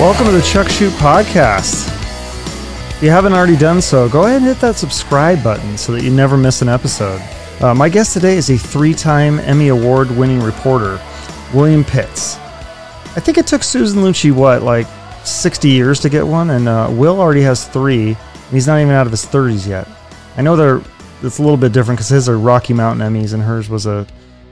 Welcome to the Chuck Shoot Podcast. If you haven't already done so, go ahead and hit that subscribe button so that you never miss an episode. Uh, my guest today is a three time Emmy Award winning reporter, William Pitts. I think it took Susan Lucci, what, like 60 years to get one, and uh, Will already has three, and he's not even out of his 30s yet. I know they're it's a little bit different because his are Rocky Mountain Emmys and hers was a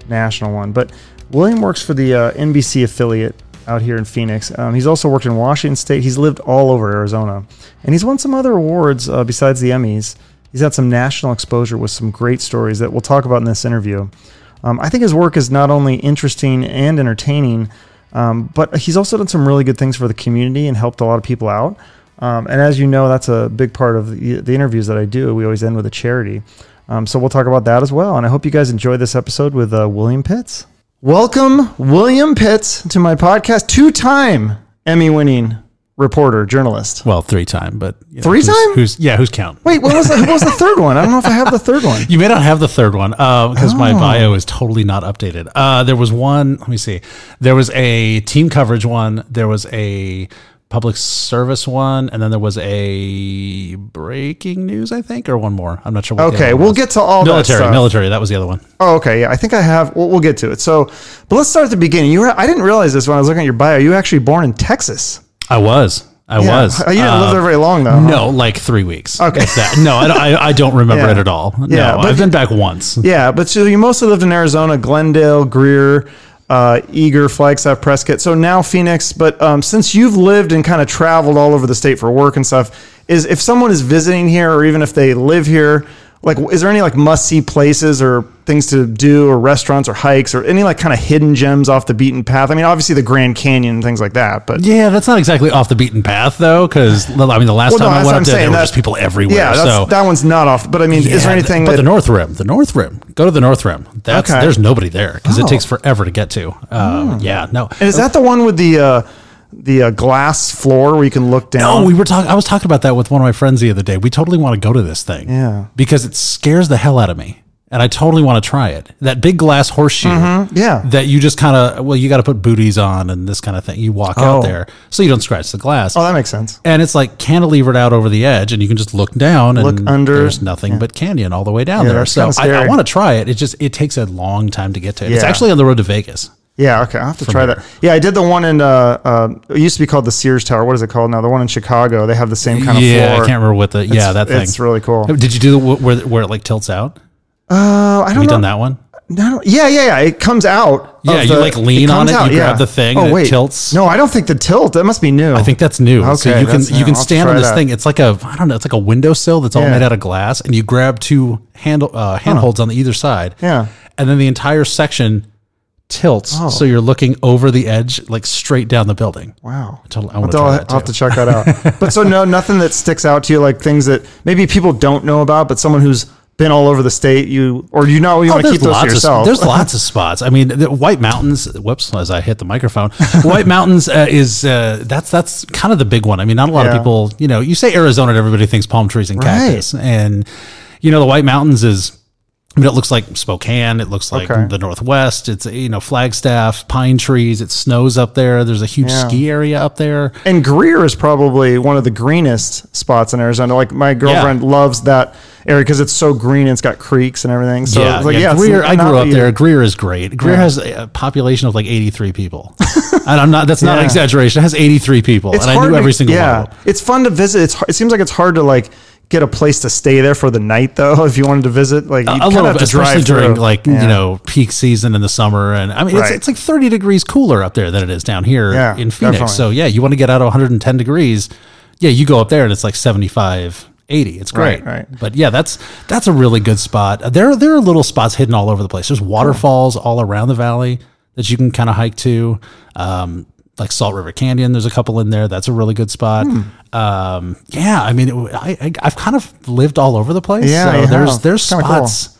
national one. But William works for the uh, NBC affiliate out here in Phoenix. Um, he's also worked in Washington State. He's lived all over Arizona, and he's won some other awards uh, besides the Emmys. He's had some national exposure with some great stories that we'll talk about in this interview. Um, I think his work is not only interesting and entertaining, um, but he's also done some really good things for the community and helped a lot of people out. Um, and as you know, that's a big part of the, the interviews that I do. We always end with a charity. Um, so we'll talk about that as well. And I hope you guys enjoy this episode with uh, William Pitts. Welcome, William Pitts, to my podcast. Two time Emmy winning reporter, journalist. Well, three time, but you know, Three who's, time? Who's yeah? Who's counting? Wait, what was, the, what was the third one? I don't know if I have the third one. You may not have the third one because my Oh. bio is totally not updated. Uh, there was one. Let me see. There was a team coverage one. There was a public service one, and then there was a breaking news. I think or one more. I'm not sure. What the other Okay, one we'll was. get to all that military. stuff. military. That was the other one. Oh, okay. Yeah, I think I have. We'll, we'll get to it. So, but let's start at the beginning. You were, I didn't realize this when I was looking at your bio. You were actually born in Texas. I was. I Yeah. was. You didn't live Uh, there very long, though. huh? No, like three weeks. Okay. If that. No, I, don't- I, I don't remember Yeah. it at all. No, Yeah, but- I've been back once. Yeah, but so you mostly lived in Arizona, Glendale, Greer, uh, Eager, Flagstaff, Prescott. So now Phoenix. But um, since you've lived and kind of traveled all over the state for work and stuff, is if someone is visiting here or even if they live here, like, is there any like must see places or things to do or restaurants or hikes or any like kind of hidden gems off the beaten path? I mean, obviously the Grand Canyon and things like that, but Yeah, that's not exactly off the beaten path though, because I mean, the last Well, no, time I that's what went I'm up there, saying, there were that- just people everywhere. yeah, that's, so that one's not off. But I mean, is there Yeah, anything But that the North Rim, the North Rim. Go to the North Rim. That's Okay. there's nobody there because Oh. Hmm. it takes forever to get to. Um, Yeah, no. And is that the one with the uh, the uh, glass floor where you can look down? Oh, we were talking. I was talking about that with one of my friends the other day. We totally want to go to this thing. Yeah. Because it scares the hell out of me, and I totally want to try it. That big glass horseshoe. yeah. That you just kind of well, you got to put booties on and this kind of thing. You walk Oh. out there so you don't scratch the glass. oh, that makes sense. and it's like cantilevered out over the edge, and you can just look down and Look under. There's nothing but canyon all the way down there. that's So kinda I, scary. I want to try it. It just it takes a long time to get to. It. It's Yeah. actually on the road to Vegas. Yeah, okay, I'll have to try here. that. Yeah, I did the one in uh, uh, it used to be called the Sears Tower. What is it called now? The one in Chicago. They have the same kind of yeah, floor. I can't remember what the yeah that thing. It's really cool. Did you do the wh- where where it like tilts out? Oh, I don't You know. done that one? No, yeah, yeah, yeah. It comes out. Yeah, of you, like, it lean on comes Oh, it, you grab the thing, and it tilts. No, I don't think the tilt. That must be new. I think that's new. so Okay, you can that's- yeah, you can I'll stand on try this that. thing. It's like a I don't know. It's like a windowsill that's all Yeah. made out of glass, and you grab two handle uh, handholds on the either side. Yeah. and then the entire section tilts, so you're looking over the edge, like straight down the building. Wow. Totally, I I'll, want to I'll try that have too. to check that out. but so no, nothing that sticks out to you, like things that maybe people don't know about, but someone who's been all over the state, you or you know you Oh, want to keep those to lots yourself. Of, there's lots of spots. I mean, the White Mountains. Whoops, as I hit the microphone, White Mountains uh, is uh, that's that's kind of the big one. I mean, not a lot Yeah. of people. You know, you say Arizona, and everybody thinks palm trees and cactus, and you know the White Mountains is. I mean, it looks like Spokane. It looks like Okay. the Northwest. It's you know Flagstaff, pine trees. It snows up there. There's a huge Yeah. ski area up there. And Greer is probably one of the greenest spots in Arizona. Like my girlfriend loves that area because it's so green and it's got creeks and everything. So yeah, it's like, yeah, it's Greer. I not grew that up you- there. Greer is great. Greer has a a population of like 83 people, and I'm not. That's not Yeah. an exaggeration. It has 83 people, and I knew to- every single one. Of them. It's fun to visit. It's, har- it seems like it's hard to like get a place to stay there for the night though. If you wanted to visit, like you A kind of little, have bit, to especially drive during through. like Yeah. you know peak season in the summer, and I mean Right. it's, it's like 30 degrees cooler up there than it is down here Yeah, in Phoenix. definitely. So yeah, you want to get out of 110 degrees, yeah, you go up there and it's like 75. 80 it's Right, great right. but yeah that's that's a really good spot there there are little spots hidden all over the place there's waterfalls all around the valley that you can kind of hike to um like salt river canyon there's a couple in there that's a really good spot Hmm. um yeah i mean it, I, I i've kind of lived all over the place Yeah, so you there's have. there's It's kinda cool. spots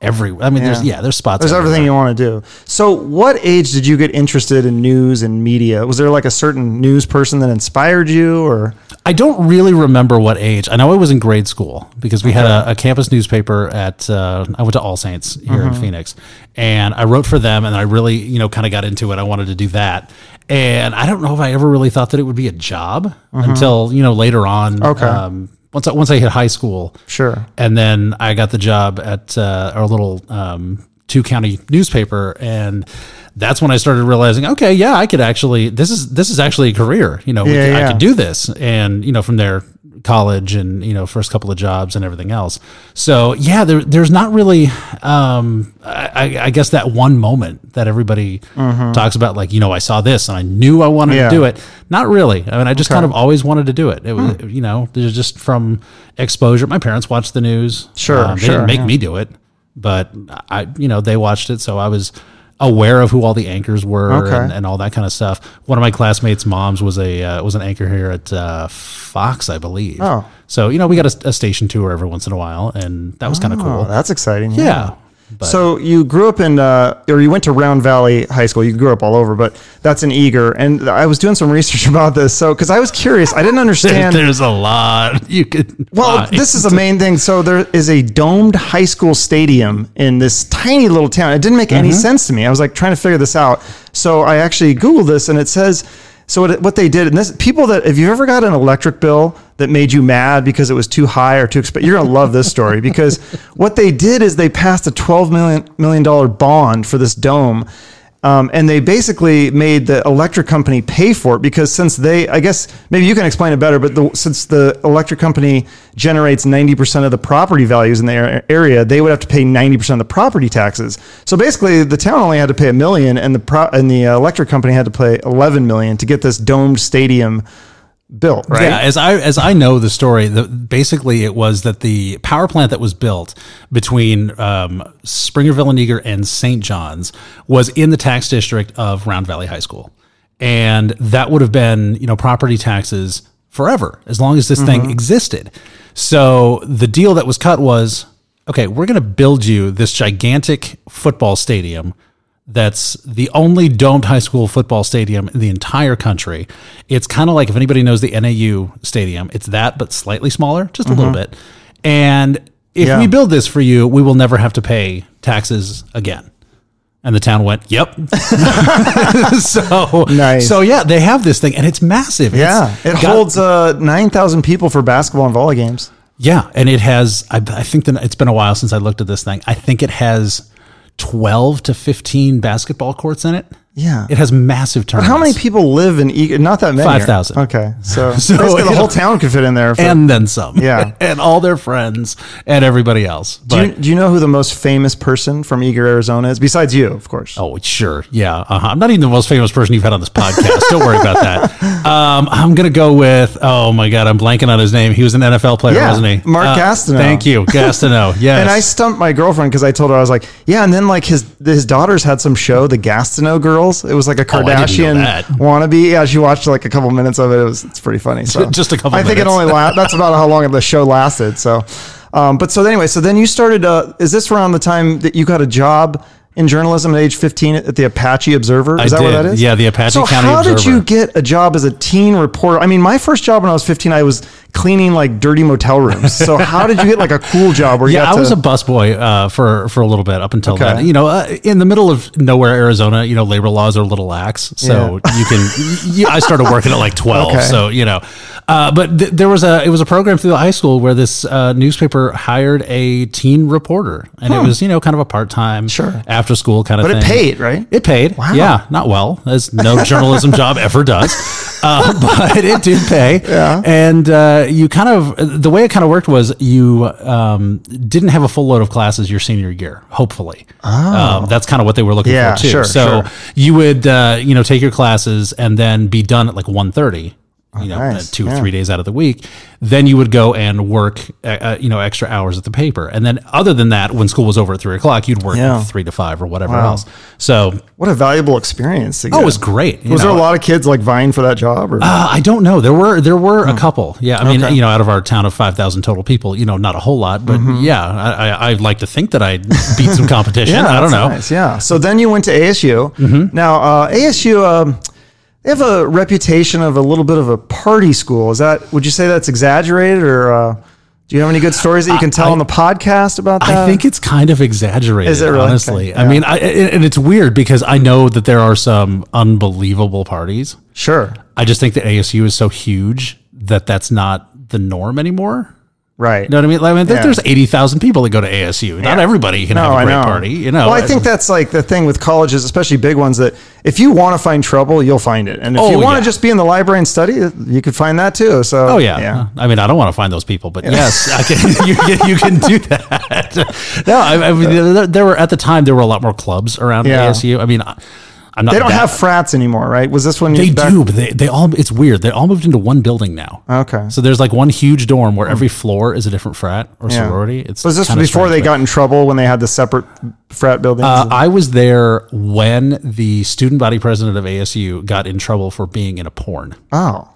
everywhere. I mean, there's Yeah. yeah, there's spots. There's everywhere. everything you want to do. So, what age did you get interested in news and media? Was there like a certain news person that inspired you, or I don't really remember what age. I know it was in grade school because we had a, a campus newspaper at. Uh, I went to All Saints here Mm-hmm. in Phoenix, and I wrote for them, and I really, you know, kind of got into it. I wanted to do that, and I don't know if I ever really thought that it would be a job until you know later on. Mm-hmm. Okay. Um, once I, once I hit high school, sure? and then I got the job at uh, our little um, two county newspaper, and that's when I started realizing, okay, yeah, I could actually this is this is actually a career. You know, we Yeah, could- yeah. I could do this, and you know, from there, college and you know, first couple of jobs and everything else. So yeah, there, there's not really, um, I, I- I guess that one moment that everybody talks about, like you know, I saw this and I knew I wanted Mm-hmm. Yeah. to do it. Not really. I mean, I just kind of always wanted to do it. It was, Hmm. you know, there's just from exposure. My parents watched the news. Sure, Um, they sure, didn't make yeah. me do it, but I, you know, they watched it, so I was aware of who all the anchors were Okay. and, and all that kind of stuff. One of my classmates' moms was a uh, was an anchor here at uh, Fox, I believe. Oh. so you know, we got a, a station tour every once in a while, and that was kind of Oh, cool. that's exciting. yeah. But So you grew up in, uh, or you went to Round Valley High School. You grew up all over, but that's in Eager. And I was doing some research about this, so because I was curious, I didn't there- understand. there's a lot you could. Well, find. this is the main thing. So there is a domed high school stadium in this tiny little town. It didn't make any sense to me. I was like trying to figure this out. So I actually googled this, and it says. So what, what they did, and this people that if you ever got an electric bill that made you mad because it was too high or too expensive, you're gonna love this story because what they did is they passed a twelve million million dollar bond for this dome, um, and they basically made the electric company pay for it because since they, I guess maybe you can explain it better, but the, since the electric company generates 90% of the property values in their area, they would have to pay 90% of the property taxes. So basically the town only had to pay a million and the, pro, and the uh, electric company had to pay 11 million to get this domed stadium built, right? Yeah, as I as I know the story, the, basically it was that the power plant that was built between um, Springerville and Eager and St. John's was in the tax district of Round Valley High School, and that would have been you know property taxes forever as long as this thing existed. So the deal that was cut was okay, we're going to build you this gigantic football stadium that's the only domed high school football stadium in the entire country. It's kind of like if anybody knows the NAU stadium, it's that but slightly smaller, just a little bit. And if Mm-hmm. Yeah. we build this for you, we will never have to pay taxes again. And the town went, "Yep." so Nice. so yeah, they have this thing and it's massive. Yeah. It's It got- holds uh, 9,000 people for basketball and volleyball games. yeah, and it has. I, I think that it's been a while since I looked at this thing. I think it has twelve to fifteen basketball courts in it. Yeah. it has massive tournaments. How many people live in Eager? Not that many. right? 5,000. Okay. So, basically So the it'll- whole town could fit in there. for- and then some. Yeah. and all their friends and everybody else. But do, you, do you know who the most famous person from Eager, Arizona is? Besides you, of course. oh, sure, yeah. Uh-huh. I'm not even the most famous person you've had on this podcast. Don't worry about that. Um, I'm gonna go with. Oh my God, I'm blanking on his name. He was an NFL player, Yeah, wasn't he? Uh, Mark Gastineau. Thank you, Gastineau. Yes. And I stumped my girlfriend because I told her I was like, yeah. And then like his his daughters had some show, the Gastineau Girls. It was like a Oh, I didn't know Kardashian that. wannabe. Yeah, she watched like a couple minutes of it. It was it's pretty funny. So Just a couple I think it minutes. only la- that's about how long the show lasted. So, um, but so anyway, so then you started. Uh, is this around the time that you got a job? In journalism at age 15 at the Apache Observer? Is I that what did. that is? Yeah, the Apache so County How did Observer. you get a job as a teen reporter? I mean, my first job when I was 15, I was cleaning like dirty motel rooms. So how did you get like a cool job where you Yeah, got I was to, a busboy uh, for for a little bit up until Okay. then. You know, uh, in the middle of nowhere, Arizona, you know, labor laws are a little lax, so you can. you, I started working at like twelve, Okay. so you know. Uh, but th- there was a it was a program through the high school where this uh, newspaper hired a teen reporter, and it was you know kind of a part time, Sure. after school kind of. But it thing. paid, right? It paid. Wow. Yeah, not well, as no journalism job ever does. Uh, but it did pay. Yeah. And uh, you kind of, the way it kind of worked was you um, didn't have a full load of classes your senior year, hopefully. Um, that's kind of what they were looking Oh. Yeah, for, too. sure, so sure. you would, uh, you know, take your classes and then be done at like 1.30. you know, nice. two Yeah. three days out of the week. Then you would go and work, uh, uh, you know, extra hours at the paper. And then other than that, when school was over at three o'clock, you'd work Yeah. three to five or whatever else. So, What a valuable experience. To oh, get. it was great. you Was there know. a lot of kids like vying for that job? Or? Uh, I don't know. There were there were Oh. a couple. Yeah, I mean, you know, out of our town of five thousand total people, you know, not a whole lot, but Mm-hmm. yeah, I, I, I like to think that I beat some competition. I don't that's know. Mm-hmm. nice, Yeah. So then you went to ASU. Now uh, ASU, um, they have a reputation of a little bit of a party school. Is that? Would you say that's exaggerated, or uh, do you have any good stories that you can tell on the podcast about that? I think it's kind of exaggerated. Uh, Is it really? Honestly, Okay, I mean, I, and and it's weird because I know that there are some unbelievable parties. sure. I just think that ASU is so huge that that's not the norm anymore. Right. You know what I mean? Like, I mean, there- Yeah. there's eighty thousand people that go to ASU. Not everybody can have a great party. You know, Well, I think that's like the thing with colleges, especially big ones, that if you want to find trouble, you'll find it, and if Oh, you want to yeah. just be in the library and study, you could find that too. So, Oh yeah. I mean, I don't want to find those people, but yes, I can, you, can- you can do that. no, I, I mean, there, there were at the time there were a lot more clubs around Yeah. ASU. I mean, I- I'm not. They don't that- have frats anymore, right? Was this when They back- Oh. do, but they, they all. It's weird. They all moved into one building now. Okay. So there's like one huge dorm Hmm. where every floor is a different frat or sorority. It's was this kinda before they strange, got in trouble when they had the separate frat buildings? but, uh, I was there when the student body president of ASU got in trouble for being in a porn. oh,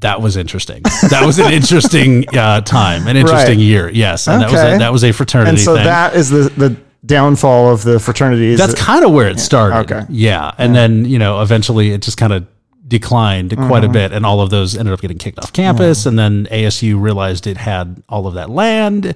that was interesting. That was an interesting uh, time, an interesting Right. year. Yes, and that was Okay. a, that was a fraternity and so thing. that is the the downfall of the fraternities. That's that- kind of where it started. Okay. Yeah, and then you know eventually it just kind of declined quite a Mm-hmm. bit, and all of those ended up getting kicked off campus, and then ASU realized it had all of that land.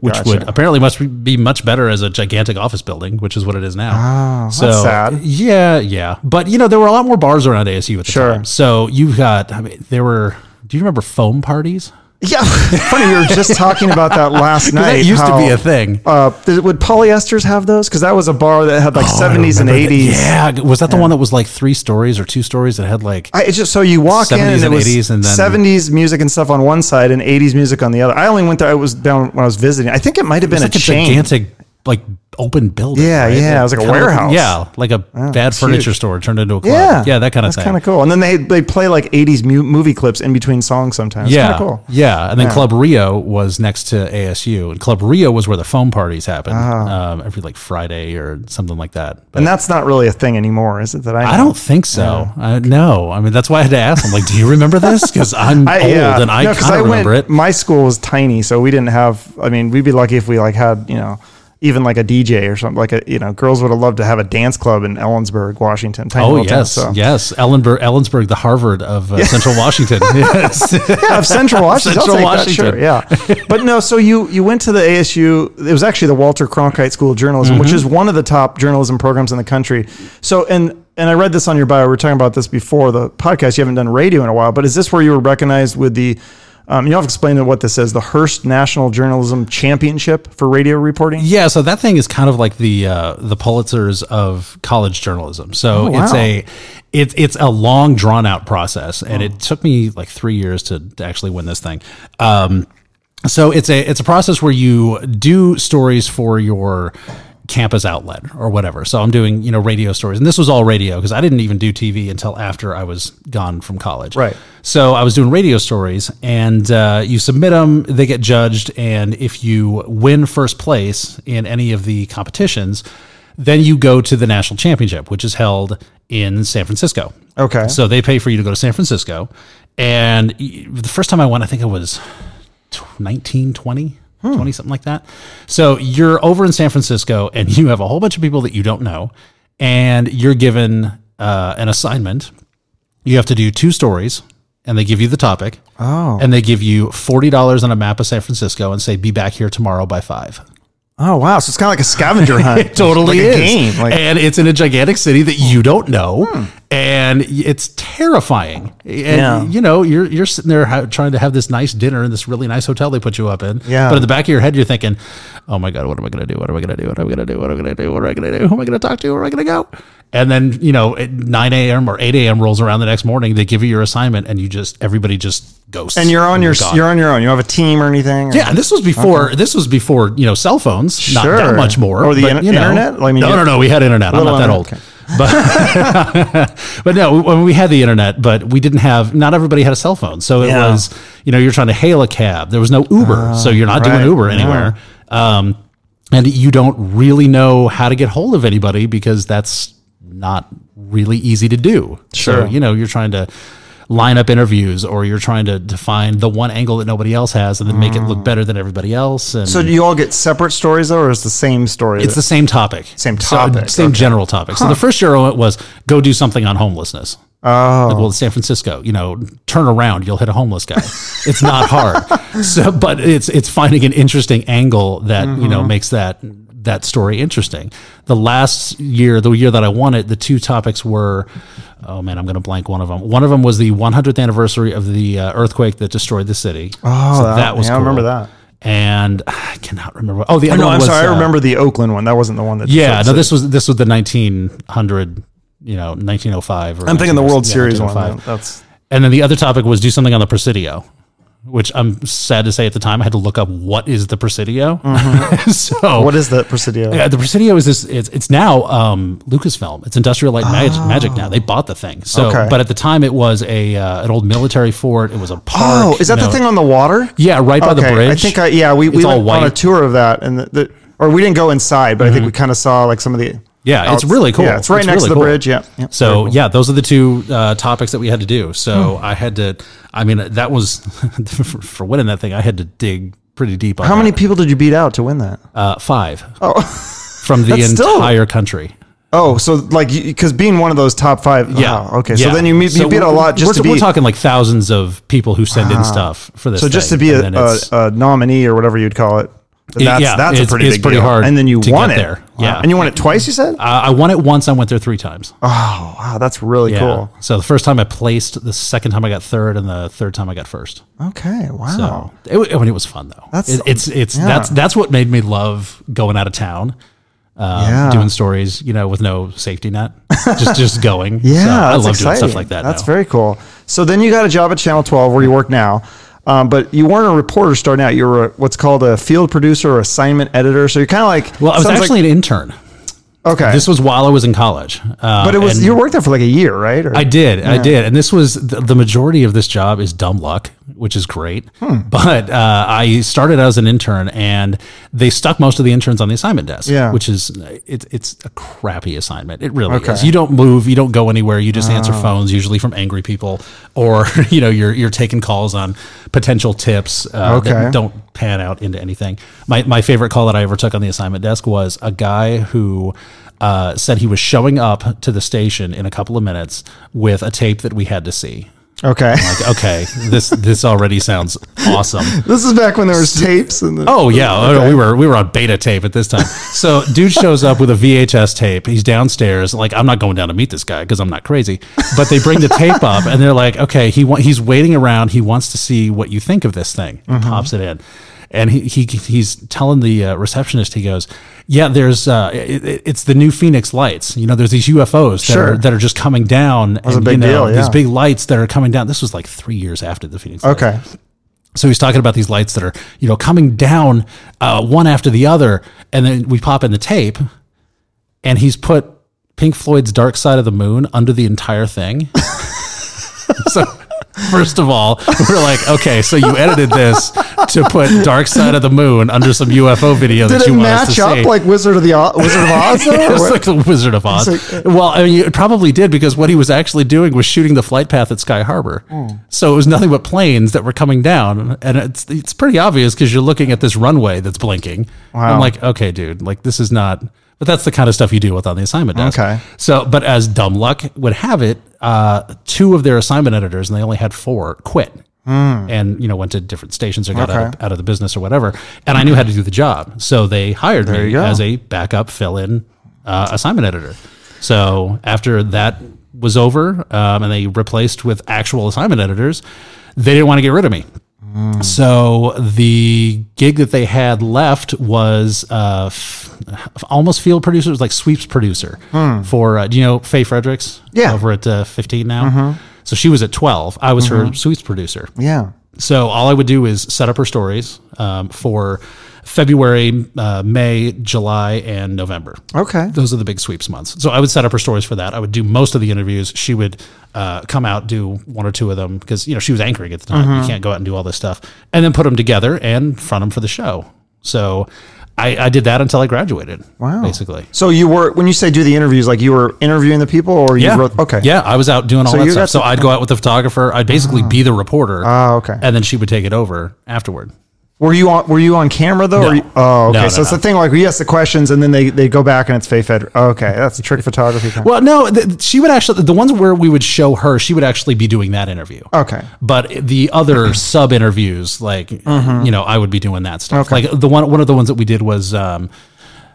Which would apparently must be much better as a gigantic office building, which is what it is now. Oh, so sad. Yeah, yeah. But you know, there were a lot more bars around ASU at the Sure. time. So you've got, I mean, there were. Do you remember foam parties? yeah, funny. We were just talking about that last night. that used to be how, a thing. Uh, th- would polyesters have those? Because that was a bar that had like Oh, seventies and eighties. Yeah, was that the one that was like three stories or two stories that had like? I, it's just so you walk in 70s and it and was 80s and then- 70s music and stuff on one side and 80s music on the other. I only went there. I was down when I was visiting. I think it might have been it's a like a, chain. gigantic like open building. Yeah, right? yeah, it was like a kinda warehouse. yeah, like a bad furniture store turned into a club. Yeah, Yeah, that kind of That's thing. kind of cool. And then they they play like '80s mu- movie clips in between songs sometimes. It's yeah, kinda cool. yeah, and then Club Rio was next to ASU, and Club Rio was where the foam parties happened Ah. um, every like Friday or something like that. But And that's not really a thing anymore, is it? That I, I know? don't think so. I, no, I mean that's why I had to ask. I'm like, do you remember this? Because I'm I, old yeah. and I No, 'cause kind of went- remember it. My school was tiny, so we didn't have. I mean, we'd be lucky if we like had you know even like a DJ or something. Like a you know, girls would have loved to have a dance club in Ellensburg, Washington. Tiny Oh little town, yes, so. yes. Ellenberg, Ellensburg, the Harvard of uh, Central Washington. yes. yeah, of Central Washington. Central I'll take Washington. That, sure, yeah. But no, so you you went to the ASU. It was actually the Walter Cronkite School of Journalism, Mm-hmm. which is one of the top journalism programs in the country. So and and I read this on your bio. We were talking about this before the podcast. You haven't done radio in a while, but is this where you were recognized with the? Um, you have to explain what this is: the Hearst National Journalism Championship for radio reporting. Yeah, so that thing is kind of like the uh, the Pulitzers of college journalism. So Oh, wow. Oh. it's a it's it's a long drawn out process, and it took me like three years to, to actually win this thing. Um, so it's a it's a process where you do stories for your campus outlet or whatever. So I'm doing you know radio stories, and this was all radio because I didn't even do TV until after I was gone from college. Right. So I was doing radio stories, and uh, you submit them, they get judged, and if you win first place in any of the competitions, then you go to the national championship, which is held in San Francisco. Okay. So they pay for you to go to San Francisco, and y- the first time I went, I think I was 19, 20, 20, something like that. So you're over in San Francisco and you have a whole bunch of people that you don't know, and you're given uh, an assignment. You have to do two stories, and they give you the topic. Oh. And they give you $40 on a map of San Francisco and say, be back here tomorrow by five. Oh wow! So it's kind of like a scavenger hunt. It totally Like a is. game, like- Hmm. and it's in a gigantic city that you don't know. And it's terrifying. And Yeah. you know, you're you're sitting there ha- trying to have this nice dinner in this really nice hotel they put you up in. Yeah. But in the back of your head, you're thinking, "Oh my god, what am I going to do? What am I going to do? What am I going to do? What am I going to do? What am I going to do? Who am I going to talk to? Where am I going to go?" And then you know, at 9 a.m. or 8 a.m. rolls around the next morning. They give you your assignment, and you just everybody just ghosts. and you're on your gone. you're on your own. You don't have a team or anything. or- oh Yeah, and this was before this was before you know cell phones, not Sure. that much more, Or the but, in- you know. internet? I mean, no, you- no, no, we had internet. I'm Little not that internet, old. okay. but but no, when we had the internet, but we didn't have. Not everybody had a cell phone, so it Yeah. Ah, was you know you're trying to hail a cab. There was no Uber, so you're not right, doing Uber anywhere. Um, and you don't really know how to get hold of anybody because that's not really easy to do. Sure. So, you know, you're trying to line up interviews or you're trying to, to find the one angle that nobody else has and then make it look better than everybody else. And So do you all get separate stories though, or is the same story? it's the same topic. Same So- uh, topic, same okay. general topic. So the first year was go do something on homelessness. oh, Well, San Francisco, you know, turn around, you'll hit a homeless guy. it's not hard. So, but it's it's finding an interesting angle that you Mm-hmm. know makes that that story interesting. The last year, the year that I won it, the two topics were, oh man, I'm going to blank one of them. One of them was the 100th anniversary of the uh, earthquake that destroyed the city. Oh, that- yeah, I remember that. And I cannot remember. Oh, the other no, one I'm was, sorry. uh, I remember the Oakland one. That wasn't the one that. yeah, Detroit no, said. this was this was the 1900, you know, 1905. Or I'm thinking the World 19 yeah, Series one. 1905. though. That's And then the other topic was do something on the Presidio, which I'm sad to say at the time I had to look up what is the Presidio. so Mm-hmm. what is the Presidio? yeah, the Presidio is this. It's, it's now um, Lucasfilm. It's Industrial Light and Mag- Magic now. They bought the thing. So, Oh. Okay. but at the time it was a uh, an old military fort. It was a park. Oh, is that you the know. thing on the water? Yeah, right by the bridge. I think I yeah we, we went on all a white. Mm-hmm. tour of that and the, the or we didn't go inside, but I think we kind of saw like some of the Yeah, outs- it's really cool. Yeah, it's right It's next to really the cool. bridge. Yeah. yeah. So yeah, those are the two uh, topics that we had to do. So Hmm. I had to. I mean, that was for, for winning that thing. I had to dig pretty deep. On How that. many people did you beat out to win that? Uh, five. Oh, from the That's still- entire country. Oh, so like because being one of those top five. Yeah. wow, okay. Yeah. So then you, meet, you beat we're- a lot just we're, to be. we're talking like thousands of people who send in stuff for this. so just to thing. be a, And then a, it's- a nominee or whatever you'd call it. That's yeah, that's a it's- pretty it's big pretty deal. hard And then you to won get it. there. Wow. Yeah. And you won it twice. You said. I I won it once. I went there three times. Oh wow, that's really Yeah. cool. So the first time I placed, the second time I got third, and the third time I got first. Okay. Wow. So it, wa- I mean, it was fun though. That's- It- it's it's yeah. that's that's what made me love going out of town, um, Yeah. doing stories, you know, with no safety net, just just going. Yeah, So I that's love exciting. doing stuff like that. That's now. very cool. So then you got a job at Channel 12 where you work now, um, but you weren't a reporter starting out. You were a, what's called a field producer or assignment editor. So you're kind of like well. I was sounds actually like, an intern. okay, This was while I was in college. Uh, but it was and you worked there for like a year, right? Or, I did, I did, and this was the, the majority of this job is dumb luck, which is great. Hmm. But uh, I started as an intern, and they stuck most of the interns on the assignment desk, Yeah. which is it's it's a crappy assignment. It really Okay. Oh. is. You don't move, you don't go anywhere. You just answer phones, usually from angry people, or you know you're you're taking calls on potential tips uh, Okay. that don't pan out into anything. My my favorite call that I ever took on the assignment desk was a guy who uh, said he was showing up to the station in a couple of minutes with a tape that we had to see. okay. Like, okay, this this already sounds awesome. this is back when there was tapes and the, Oh yeah, Oh, we were we were on beta tape at this time. So dude shows up with a VHS tape. He's downstairs. Like I'm not going down to meet this guy because I'm not crazy. But they bring the tape up and they're like, okay, he wa- he's waiting around. He wants to see what you think of this thing. He Mm-hmm. Pops it in, and he, he he's telling the uh, receptionist. He goes, yeah, there's uh, it, it- it's the new Phoenix lights. You know, there's these UFOs that Sure. are that are just coming down. That's a big you know, deal, yeah. These big lights that are coming down. This was like three years after the Phoenix. lights. okay. So he's talking about these lights that are, you know, coming down uh, one after the other, and then we pop in the tape, and he's put Pink Floyd's "Dark Side of the Moon" under the entire thing. so, first of all, we're like, okay, so you edited this to put "Dark Side of the Moon" under some UFO video Did that it you want us match to up see. like Wizard of the O- Wizard of Oz? though, or it was what? uh, like the Wizard of Oz. well, I mean, it probably did because what he was actually doing was shooting the flight path at Sky Harbor. Hmm. So it was nothing but planes that were coming down, and it's it's pretty obvious because you're looking at this runway that's blinking. Wow. I'm like, okay, dude, like this is not. But that's the kind of stuff you deal with on the assignment desk. Okay. So, but as dumb luck would have it, uh, two of their assignment editors, and they only had four, quit. Hmm. And you know, went to different stations or got out, of, out of the business or whatever. And I knew how to do the job, so they hired you me go. as a backup fill-in uh, assignment editor. So after that was over, um, and they replaced with actual assignment editors, they didn't want to get rid of me. Mm. So the gig that they had left was uh, f- almost field producer, it was like sweeps producer for uh, do you know Faye Fredericks? Hmm. Yeah. Mm-hmm. over at uh, fifteen now. So she was at twelve. I was her sweeps producer. yeah. So all I would do is set up her stories um, for February, uh, May, July, and November. Okay. Those are the big sweeps months. So I would set up her stories for that. I would do most of the interviews. She would uh, come out, do one or two of them because you know she was anchoring at the time. Mm-hmm. You can't go out and do all this stuff, and then put them together and front them for the show. So I, I did that until I graduated. Wow. Basically. So you were when you say do the interviews, like you were interviewing the people, or you Yeah. wrote? Okay. Yeah, I was out doing all that you stuff. got So I'd go out with the photographer. I'd basically be the reporter. Ah, okay. And then she would take it over afterward. Were you on? Were you on camera though? No. Or you, oh, okay. No, no, so it's no. the thing like we ask the questions and then they, they go back and it's Faye Fed. Okay, that's a trick photography. Kind. Well, no, th- she would actually, the ones where we would show her, she would actually be doing that interview. okay. But the other Mm-hmm. sub interviews, like, you know, I would be doing that stuff. Okay. Like the one, one of the ones that we did was um,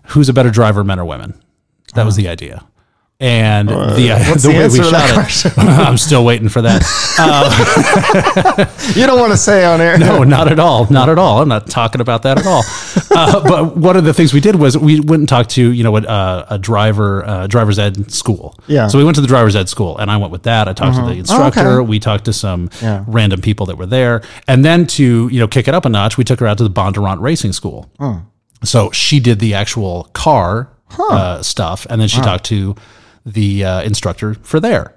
Who's a Better Driver, Men or Women? That was the idea. And the, Uh-huh. Uh, what's the the, way we answer to that shot question? it, I'm still waiting for that. You don't want to say on air. No, not at all. Not at all. I'm not talking about that at all. uh, but one of the things we did was we went and talked to you know a, uh, a driver uh, driver's ed school. Yeah. Uh-huh. Oh, So we went to the driver's ed school, and I went with that. I talked to the instructor. We talked to some Yeah. random people that were there, and then to you know kick it up a notch, we took her out to the Bondurant Racing School. So she did the actual car uh, stuff, and then she talked to the uh, instructor for there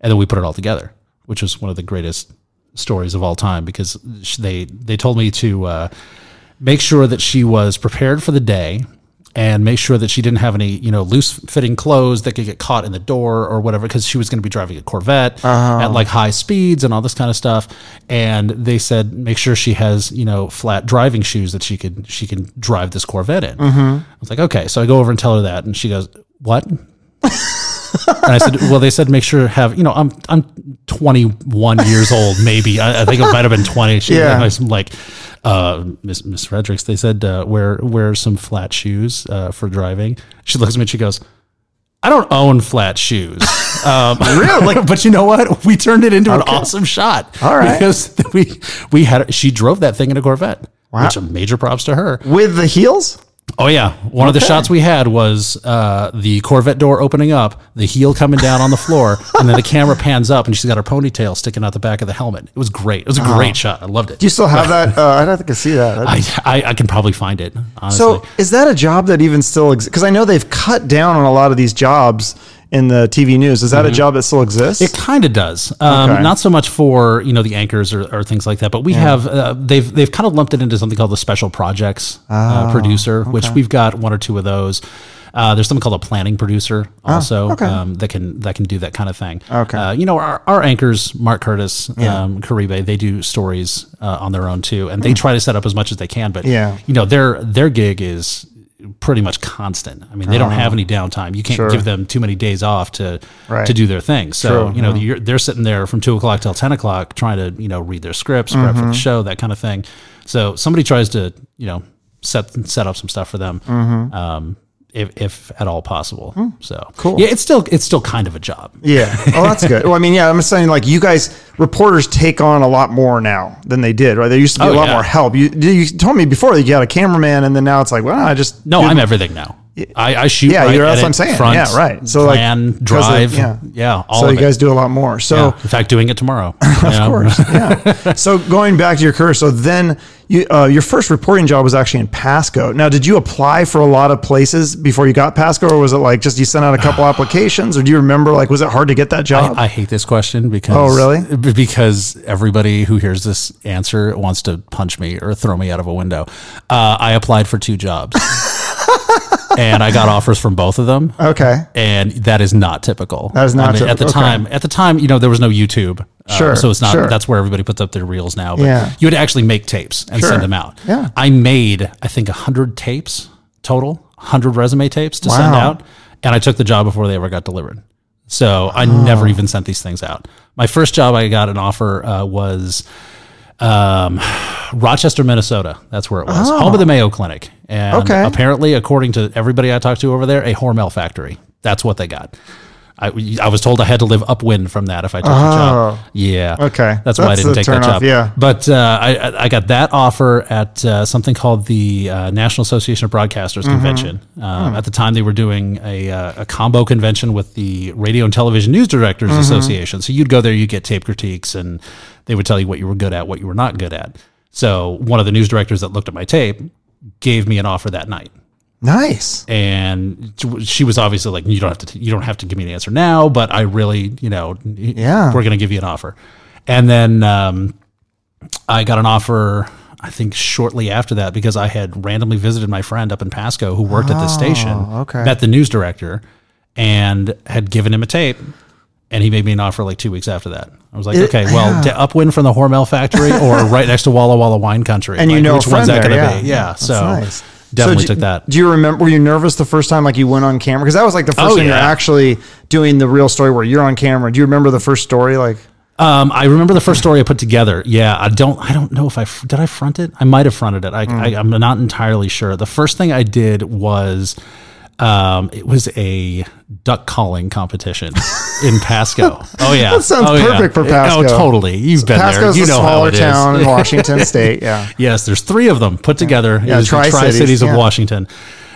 and then we put it all together, which was one of the greatest stories of all time because sh- they they told me to uh, make sure that she was prepared for the day and make sure that she didn't have any you know loose fitting clothes that could get caught in the door or whatever because she was going to be driving a Corvette at like high speeds and all this kind of stuff and they said make sure she has you know flat driving shoes that she could she can drive this Corvette in I was like okay so I go over and tell her that and she goes what and I said, "Well, they said make sure to have you know I'm I'm 21 years old, maybe I, I think it might have been 20." She Yeah. I was like, uh, Miss Miss Fredericks, they said uh, wear wear some flat shoes uh, for driving. She looks at me, and she goes, "I don't own flat shoes." Um, really? but you know what? We turned it into an awesome shot. All right. because we we had she drove that thing in a Corvette. Which major props to her. With the heels? Oh yeah, one of the shots we had was uh, the Corvette door opening up, the heel coming down on the floor, and then the camera pans up, and she's got her ponytail sticking out the back of the helmet. It was great. It was a great shot. I loved it. Do Ah. you still have that? Uh, I don't think I see that. That'd be- I, I, I can probably find it. Honestly. So is that a job that even still exists? Because I know they've cut down on a lot of these jobs in the TV news. Is that a job that still exists? Mm-hmm. It kind of does. Um, Okay. Not so much for you know the anchors or, or things like that, but we have uh, they've they've kind of lumped it into something called the special projects Ah, uh, producer, which we've got one or two of those. Uh, there's something called a planning producer also Ah, okay. um, that can that can do that kind of thing. Okay. Uh, you know our, our anchors, Mark Curtis, um, Caribe, they do stories uh, on their own too, and they try to set up as much as they can. But Hmm. Yeah. you know their their gig is pretty much constant. I mean, they don't have any downtime. You can't Ah. Sure. give them too many days off to Right. to do their thing. So True, you know you're, they're sitting there from two o'clock till ten o'clock trying to you know read their scripts, prep Mm-hmm. for the show, that kind of thing. So somebody tries to you know set set up some stuff for them, Mm-hmm. um, if, if at all possible. Hmm. So cool. Yeah, it's still it's still kind of a job. Yeah. Oh, that's good. Well, I mean, yeah, I'm saying like you guys reporters take on a lot more now than they did, right? There used to be Oh, a lot yeah. more help. You you told me before that you had a cameraman, and then now it's like, well, I just No, do- I'm everything now. I, I shoot. Yeah, right, you're- that's edit, what I'm saying. Front, Yeah, right. So, So like, plan, 'cause of- drive. yeah. yeah, all so of you it. guys do a lot more. So Yeah. in fact, doing it tomorrow. of course. so going back to your career, so then you uh, your first reporting job was actually in Pasco. Now, did you apply for a lot of places before you got Pasco, or was it like just you sent out a couple applications, or do you remember like was it hard to get that job? I, I hate this question because Oh, really? b- Because everybody who hears this answer wants to punch me or throw me out of a window. Uh, I applied for two jobs, and I got offers from both of them. okay. And that is not typical. That is not I mean, at the typical. Okay. time. At the time, you know, there was no YouTube, uh, Sure, so it's not. sure. That's where everybody puts up their reels now. But Yeah. you would actually make tapes and send them out. Yeah. I made I think hundred tapes total, hundred resume tapes to send Wow. out, and I took the job before they ever got delivered. So I Oh. never even sent these things out. My first job I got an offer uh, was um, Rochester, Minnesota. That's where it was, home of the Mayo Clinic, and Okay. apparently, according to everybody I talked to over there, a Hormel factory. That's what they got. I, I was told I had to live upwind from that if I took the job. Yeah. Okay. That's why I That's didn't the take that turnoff, job. yeah. But uh, I, I- I got that offer at uh, something called the uh, National Association of Broadcasters Mm-hmm. convention. Um, Hmm. At the time, they were doing a, uh, a combo convention with the Radio and Television News Directors Mm-hmm. Association. So you'd go there, you'd get tape critiques, and they would tell you what you were good at, what you were not good at. So one of the news directors that looked at my tape gave me an offer that night Nice. and she was obviously like, "You don't have to, you don't have to give me an answer now, but I really, you know, Yeah. we're going to give you an offer." And then um, I got an offer, I think, shortly after that because I had randomly visited my friend up in Pasco who worked at this station, Oh, okay. met the news director, and had given him a tape. And he made me an offer like two weeks after that. I was like, okay, well, to upwind from the Hormel factory or right next to Walla Walla Wine Country. And you Like, know, a which friend one's that there, going to yeah. be? Yeah. That's so nice. So definitely do- took that. Do you remember? Were you nervous the first time, like you went on camera? Because that was like the first Oh, time you're yeah. actually doing the real story where you're on camera. Do you remember the first story? Like, Um, I remember the first story I put together. Yeah, I don't. I don't know if I f- did. I front it. I might have fronted it. Hmm. I, I, I'm not entirely sure. The first thing I did was, um, it was a duck calling competition in Pasco. Oh yeah, that sounds perfect for Pasco. Oh totally. You've been Pasco's there. You a know how smaller it is. town in Washington State. Yeah. Yes, there's three of them put together. Yeah, it was Tri-Cities, the Tri Cities of yeah. Washington.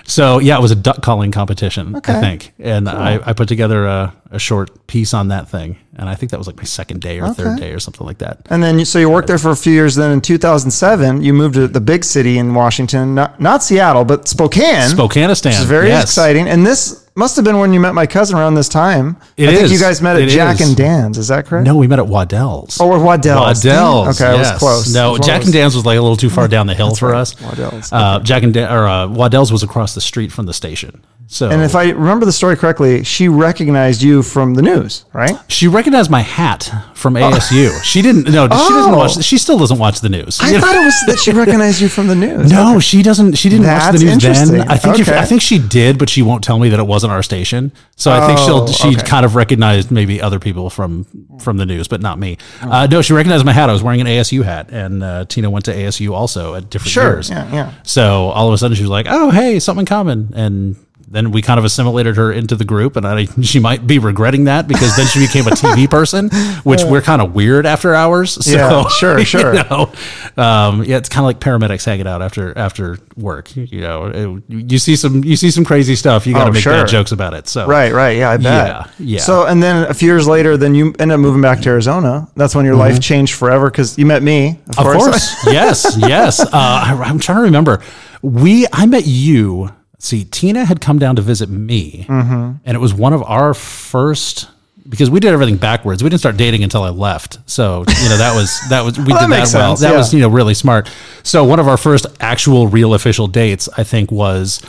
So yeah, it was a duck calling competition, Okay. I think, and I, I put together a, a short piece on that thing, and I think that was like my second day or third day or something like that. And then, you- so you worked there for a few years. Then in 2007, you moved to the big city in Washington, not, not Seattle, but Spokane. Spokanistan. It's very yes. exciting. And this must have been when you met my cousin around this time. It I think is. you guys met at It Jack is. and Dan's. Is that correct? No, we met at Waddell's. Or Oh, Waddell's. Waddell's. Okay, I was yes. close. No, It was one Jack of and those- Dan's was like a little too far down the hill for right. us. Waddell's, Uh, Jack and Dan, or uh, Waddell's was across the street from the station. So And if I remember the story correctly, she recognized you from the news, right? she recognized my hat from Oh. ASU. She didn't. No, she doesn't watch. She still doesn't watch the news. I You know? thought it was that she recognized you from the news. No, she doesn't. She didn't watch That's the news then. interesting. I think if- Okay. I think she did, but she won't tell me that it wasn't our station. So I think Oh, she'll she okay. kind of recognized maybe other people from from the news, but not me. Uh, no, she recognized my hat. I was wearing an ASU hat, and uh, Tina went to ASU also at different Sure, years. yeah, yeah. So all of a sudden she was like, "Oh, hey, something in common," and. Then we kind of assimilated her into the group, and I, she might be regretting that because then she became a TV person, which we're kind of weird after hours. So, Yeah, sure, you sure. know, know. Um, yeah, it's kind of like paramedics hanging out after after work. You know, It- you see some you see some crazy stuff. You got to Oh, make sure. bad jokes about it. So Right, right. Yeah, I bet. Yeah, yeah. So, and then a few years later, then you end up moving back to Arizona. That's when your life changed forever because you met me, Mm-hmm. of, Of course, yes, yes. Uh, I, I'm trying to remember. We I met you. See, Tina had come down to visit me, Mm-hmm. and it was one of our first because we did everything backwards. We didn't start dating until I left. So you know that was that was we that did that, makes well. sense, That yeah. was you know really smart. So one of our first actual real official dates, I think, was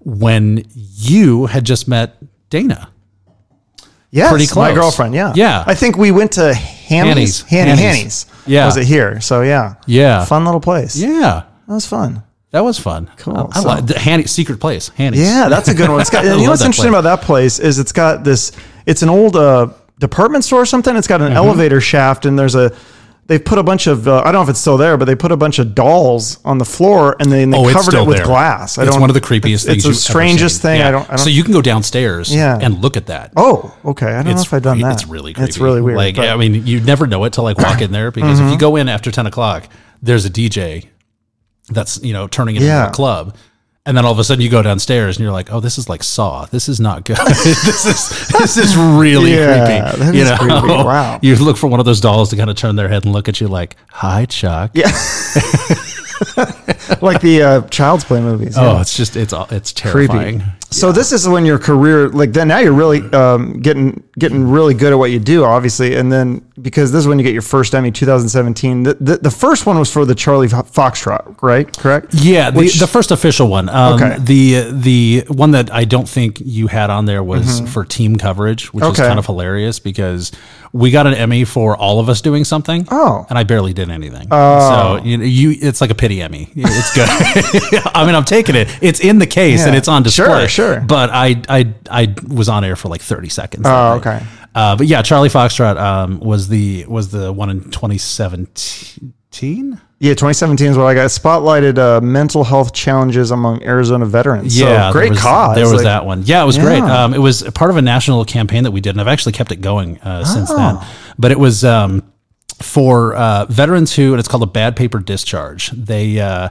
when you had just met Dana. Yes, Pretty close. My girlfriend, yeah. Yeah. I think we went to Hanny's. Hanny's. Hanny, Hanny's. Hanny's. Yeah. Was it here? So, yeah. Yeah. Fun little place. Yeah, That was fun. that was fun. Cool. I, So- like the Hanny secret place. Hanny. Yeah, that's a good one. It's got, I and you know love what's that interesting place. about that place is it's got this. It's an old uh, department store or something. It's got Mm-hmm. an elevator shaft, and there's a. They've put a bunch of. Uh, I don't know if it's still there, but they put a bunch of dolls on the floor, and then they Oh, it's covered it still with there. glass. I it's don't, one of the creepiest It's, things. it's the you've ever strangest seen. thing. Yeah. I don't. I don't so you can go downstairs Yeah. and look at that. oh, okay. I don't know if I've done cre- that. It's really creepy. It's really weird. Like but- Mm-hmm. I mean, you never know it till like walk in there because if you go in after ten o'clock, there's a DJ that's you know turning it Yeah. into a club. And then all of a sudden you go downstairs and you're like, oh, this is like Saw. This is not good. this is this is really Yeah, creepy. that you is know? creepy. Wow. You look for one of those dolls to kind of turn their head and look at you like, hi, Chuck. yeah. like the uh, child's play movies. yeah. Oh, it's just it's it's terrifying. So this is when your career, like then now you're really um, getting getting really good at what you do, obviously, and then because this is when you get your first Emmy, 2017. The, the, the first one was for the Charlie Fo- Foxtrot, right? Correct. Yeah, the, Which- the first official one. Um, Okay. The the one that I don't think you had on there was for team coverage, which is Mm-hmm. Okay. kind of hilarious because we got an Emmy for all of us doing something. Oh. and I barely did anything. Oh. so you, know, you it's like a pity Emmy. It's good. I mean, I'm taking it. It's in the case and Yeah. it's on display. Sure, sure. But I I I was on air for like 30 seconds. Oh, that night. okay. Uh, but yeah, Charlie Foxtrot um, was the was the one in 2017. Yeah, 2017 is what I got. Spotlighted uh, mental health challenges among Arizona veterans. Yeah, so, there great was- cause. There was Like, that one. Yeah, it was great. Yeah. Um, it was part of a national campaign that we did, and I've actually kept it going uh, since then. Oh. But it was um, for uh, veterans who, and it's called a bad paper discharge. They uh,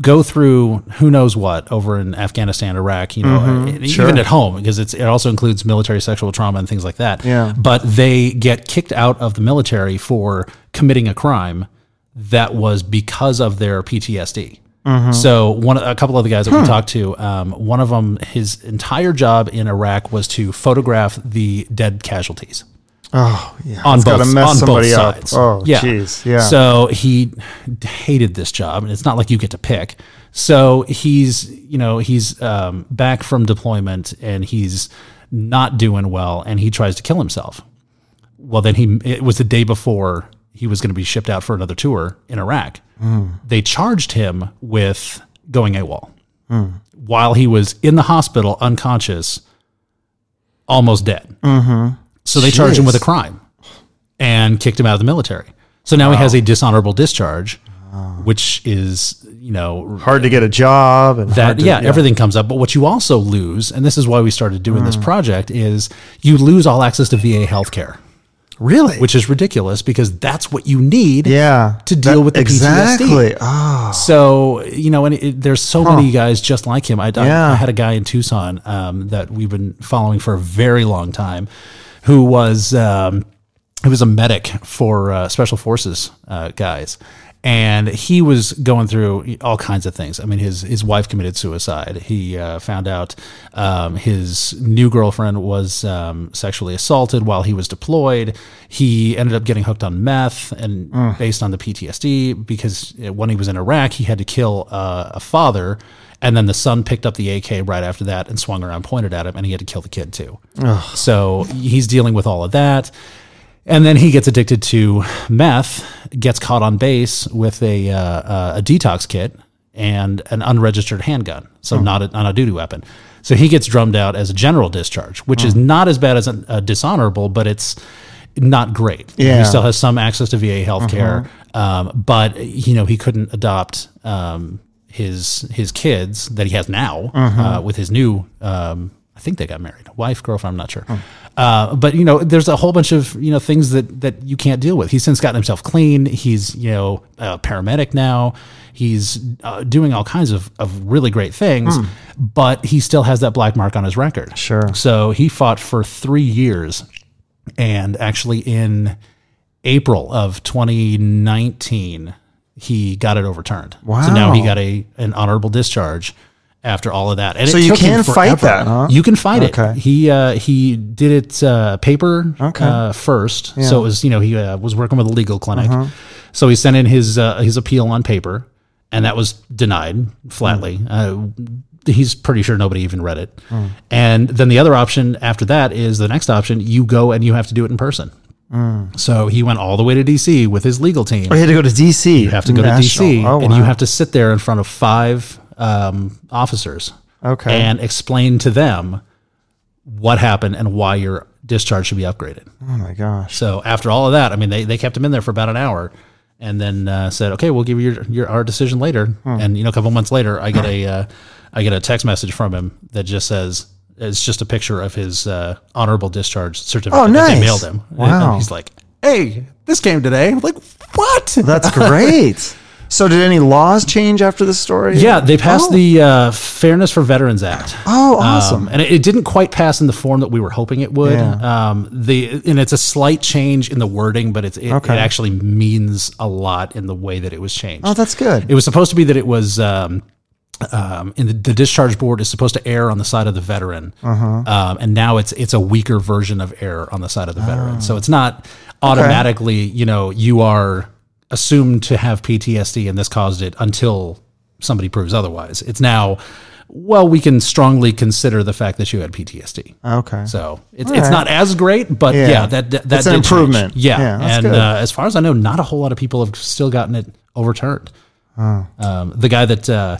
go through who knows what over in Afghanistan, Iraq, you know, and even at home because it's it also includes military sexual trauma and things like that. Yeah. But they get kicked out of the military for committing a crime that was because of their PTSD. So one, a couple of the guys that we talked to, um, one of them, his entire job in Iraq was to photograph the dead casualties Oh, yeah. on It's both, gotta mess on both somebody up. sides. Oh, jeez. Yeah. So he hated this job, and it's not like you get to pick. So he's, you know, he's um, back from deployment, and he's not doing well, and he tries to kill himself. Well, then he it was the day before he was going to be shipped out for another tour in Iraq. Hmm. They charged him with going AWOL while he was in the hospital, unconscious, almost dead. Mm-hmm. So they charged him Jeez. with a crime and kicked him out of the military. So now he has a dishonorable discharge, which is you know hard to get a job and hard that to- yeah, everything comes up. But what you also lose, and this is why we started doing Mm. this project, is you lose all access to VA healthcare, Really? which is ridiculous because that's what you need. yeah. to deal with the PTSD. exactly. Ah, So you know, and it, there's so many guys just like him. I, I- Yeah. I had a guy in Tucson um, that we've been following for a very long time, who was um, he was a medic for uh, special forces uh, guys, and he was going through all kinds of things. I mean, his his wife committed suicide. He uh, found out um, his new girlfriend was um, sexually assaulted while he was deployed. He ended up getting hooked on meth, and based on the PTSD, because uh, when he was in Iraq, he had to kill uh, a father. And then the son picked up the AK right after that and swung around, pointed at him, and he had to kill the kid too. So he's dealing with all of that. And then he gets addicted to meth, gets caught on base with a uh, uh, a detox kit and an unregistered handgun, so not a, not a duty weapon. So he gets drummed out as a general discharge, which is not as bad as a, a dishonorable, but it's not great. Yeah. He still has some access to VA health care, um, but you know he couldn't adopt um, his his kids that he has now uh, with his new. Um, I think they got married, wife, girlfriend. I'm not sure, uh, but you know, there's a whole bunch of you know things that that you can't deal with. He's since gotten himself clean. He's you know a paramedic now. He's uh, doing all kinds of of really great things, but he still has that black mark on his record. Sure. So he fought for three years and actually in April of 2019 he got it overturned. So now he Wow. got a an honorable discharge after all of that. And So it you took him can fight forever. that, huh? You can fight Okay. it. He uh, he did it uh, paper uh, first. So it was you know he uh, was working with a legal clinic. Uh-huh. So he sent in his uh, his appeal on paper and that was denied flatly. Hmm. Uh, he's pretty sure nobody even read it. And then the other option after that is the next option you go and you have to do it in person. Hmm. So he went all the way to DC with his legal team. I had to go to DC. You have to go Oh, National. to DC Oh, and you wow. have to sit there in front of five um, officers Okay. and explain to them what happened and why your discharge should be upgraded. oh my gosh. So after all of that, I mean, they, they kept him in there for about an hour and then uh, said, okay, we'll give you your, your our decision later. Hmm. And, you know, a couple months later, I get a, uh, I get a text message from him that just says, it's just a picture of his uh, honorable discharge certificate Oh, that nice. they mailed him. And Wow. he's like, hey, this came today. I'm like, what? That's great. so did any laws change after this story? Yeah, they passed Oh. the uh, Fairness for Veterans Act. Oh, Um, awesome. and it, it didn't quite pass in the form that we were hoping it would. Yeah. Um, the and it's a slight change in the wording, but it's, it, Okay. it actually means a lot in the way that it was changed. oh, that's good. It was supposed to be that it was. Um, um, and the, the discharge board is supposed to err on the side of the veteran, um, and now it's it's a weaker version of error on the side of the veteran. So it's not automatically, you know, you are assumed to have PTSD and this caused it until somebody proves otherwise. It's now, well, we can strongly consider the fact that you had PTSD. okay. So it's, it's not as great, but Yeah. yeah, that that, that It's an did change. improvement. Yeah, Yeah, that's and good. uh, as far as I know, not a whole lot of people have still gotten it overturned. Um, the guy that uh,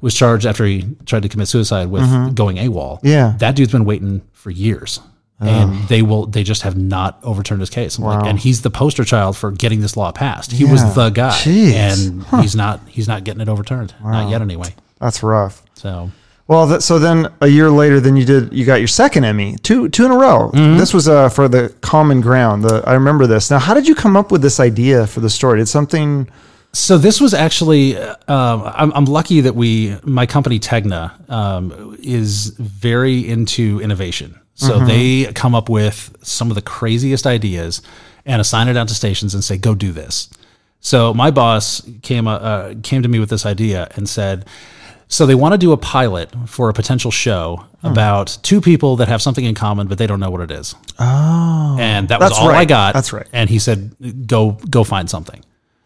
was charged after he tried to commit suicide with going AWOL, Mm-hmm. Yeah. Oh. that dude's been waiting for years. and they will they just have not overturned his case. I'm like, and he's the poster child for getting this law passed. He Yeah. was the guy, Jeez. and he's not he's not getting it overturned, not yet anyway. That's rough. So Well, that, so then a year later, then you did you got your second Emmy, two two in a row. Mm-hmm. This was uh, for the Common Ground. The, I remember this. Now, how did you come up with this idea for the story? Did something? So this was actually, um, I'm, I'm lucky that we, my company Tegna, um, is very into innovation. So Mm-hmm. they come up with some of the craziest ideas and assign it out to stations and say, go do this. So my boss came, uh, uh, came to me with this idea and said, so they want to do a pilot for a potential show Hmm. about two people that have something in common, but they don't know what it is. Oh, and that was That's all I right. got. That's right. And he said, go, go find something.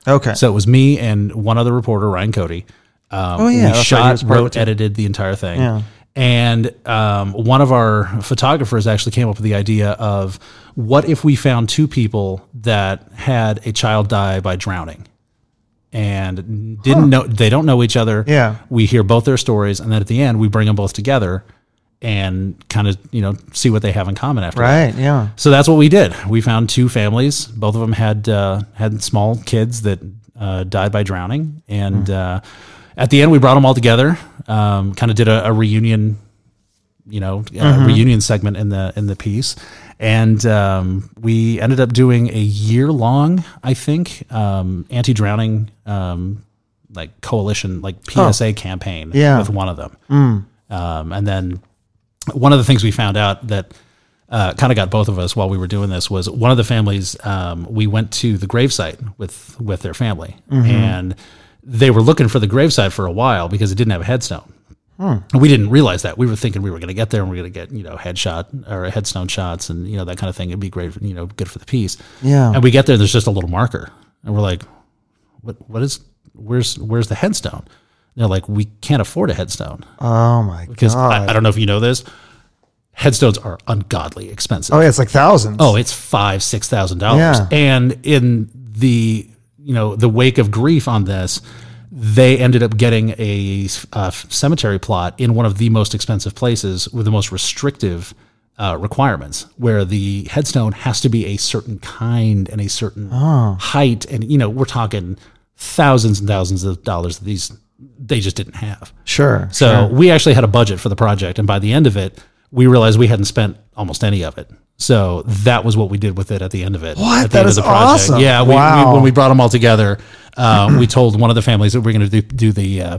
Okay. So it was me and one other reporter, Ryan Cody. Um, Oh, yeah, that's we right, he was shot, part of it wrote, too. edited the entire thing. Yeah. And um, one of our photographers actually came up with the idea of what if we found two people that had a child die by drowning and didn't know they don't know each other. Yeah. We hear both their stories and then at the end we bring them both together and kind of, you know, see what they have in common after that. right. Yeah. So that's what we did. We found two families. Both of them had uh, had small kids that uh, died by drowning, Hmm. and uh, at the end, we brought them all together. Um, kind of did a, a reunion, you know, uh, Mm-hmm. reunion segment in the in the piece, and um, we ended up doing a year long, I think, um, anti drowning um, like coalition, like PSA campaign Yeah. Mm. with one of them, um, and then one of the things we found out that uh, kind of got both of us while we were doing this was one of the families um, we went to the gravesite with with their family Mm-hmm. and they were looking for the gravesite for a while because it didn't have a headstone Hmm. And we didn't realize that we were thinking we were going to get there and we are going to get you know headshot or headstone shots and you know that kind of thing it'd be great for, you know good for the piece Yeah. and we get there there's just a little marker and we're like what what is where's where's the headstone And they're like we can't afford a headstone Oh my because god. I, I don't know if you know this, headstones are ungodly expensive. oh yeah, it's like thousands. Oh, it's five, six thousand Yeah. dollars. And in the you know the wake of grief on this, they ended up getting a, uh cemetery plot in one of the most expensive places with the most restrictive uh, requirements, where the headstone has to be a certain kind and a certain height, and you know we're talking thousands and thousands of dollars that these they just didn't have. sure. So we actually had a budget for the project, and by the end of it, we realized we hadn't spent almost any of it. So that was what we did with it at the end of it. What? At the That end is of the project. awesome. Yeah. We, Wow. we, when we brought them all together, um, we told one of the families that we're going to do, do the uh,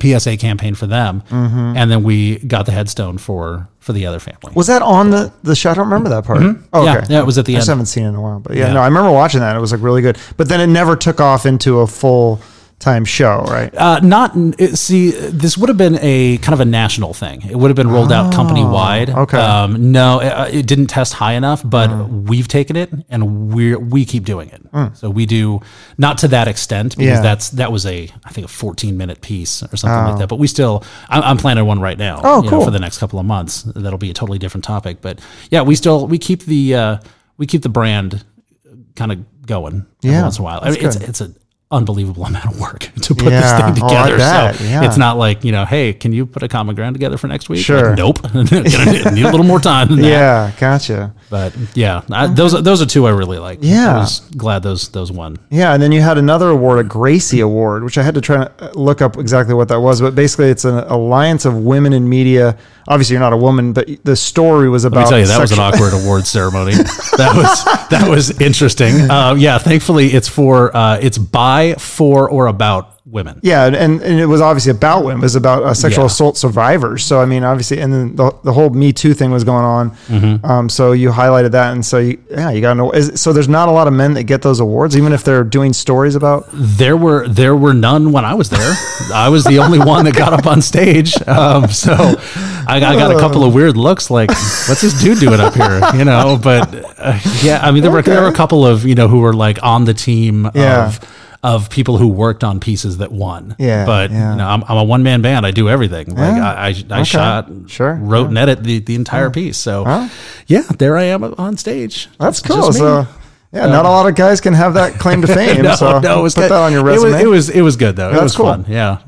PSA campaign for them, Mm-hmm. and then we got the headstone for for the other family. Was that on the the show? I don't remember that part. Oh, Mm-hmm. Yeah, okay. yeah, it was at the I just end. haven't seen it in a while, but yeah, Yeah. no, I remember watching that. It was like really good, but then it never took off into a full time show, right? Uh, not it- see. This would have been a kind of a national thing. It would have been rolled out company wide. Oh, okay. Mm. Um, no, it, it didn't test high enough, but we've taken it and we are we keep doing it. So we do not to that extent because Yeah. that's that was a I think a 14 minute piece or something like that. But we still I'm, I'm planning one right now. Oh, you cool. for the next couple of months, that'll be a totally different topic. But yeah, we still we keep the uh, we keep the brand kind of going every Yeah, once in a while. I that's mean, it's good. it's an unbelievable amount of work to put Yeah. this thing Oh, I together. bet. So Yeah. it's not like, you know, hey, can you put a common ground together for next week? Sure. Like, nope. Gonna need a little more time than that. Yeah, gotcha. But yeah, I, those are- those are two I really like. Yeah. I was glad those those won. Yeah, and then you had another award, a Gracie Award, which I had to try to uh, look up exactly what that was, but basically it's an alliance of women in media. Obviously, you're not a woman, but the story was about. Let me tell you, that was an sexual- awkward award ceremony. That was that was interesting. Uh, yeah, thankfully it's for uh, it's by, for, or about women. Yeah, and- and, and it was obviously about women. It was about uh, sexual Yeah. assault survivors. So I mean, obviously, and then the, the whole Me Too thing was going on. Mm-hmm. Um, so you highlighted that, and so you, yeah, you got to know. Is, so there's not a lot of men that get those awards, even if they're doing stories about. There were there were none when I was there. I was the only one that got up on stage. Um, so I, got- I got a couple of weird looks, like what's this dude doing up here? You know, but uh, yeah, I mean there were there were a couple of you know who were like on the team Yeah. of of people who worked on pieces that won. Yeah, but yeah. You know, I'm, I'm a one man band. I do everything. Like Yeah. I I, I Okay. shot, Sure. wrote and edit the, the entire piece. So Wow. yeah, there I am on stage. That's It's just cool. me. So yeah, not a lot of guys can have that claim to fame. No, so no, it was put that on your it was- resume. It was it was, good though. it That's was cool. fun. Yeah.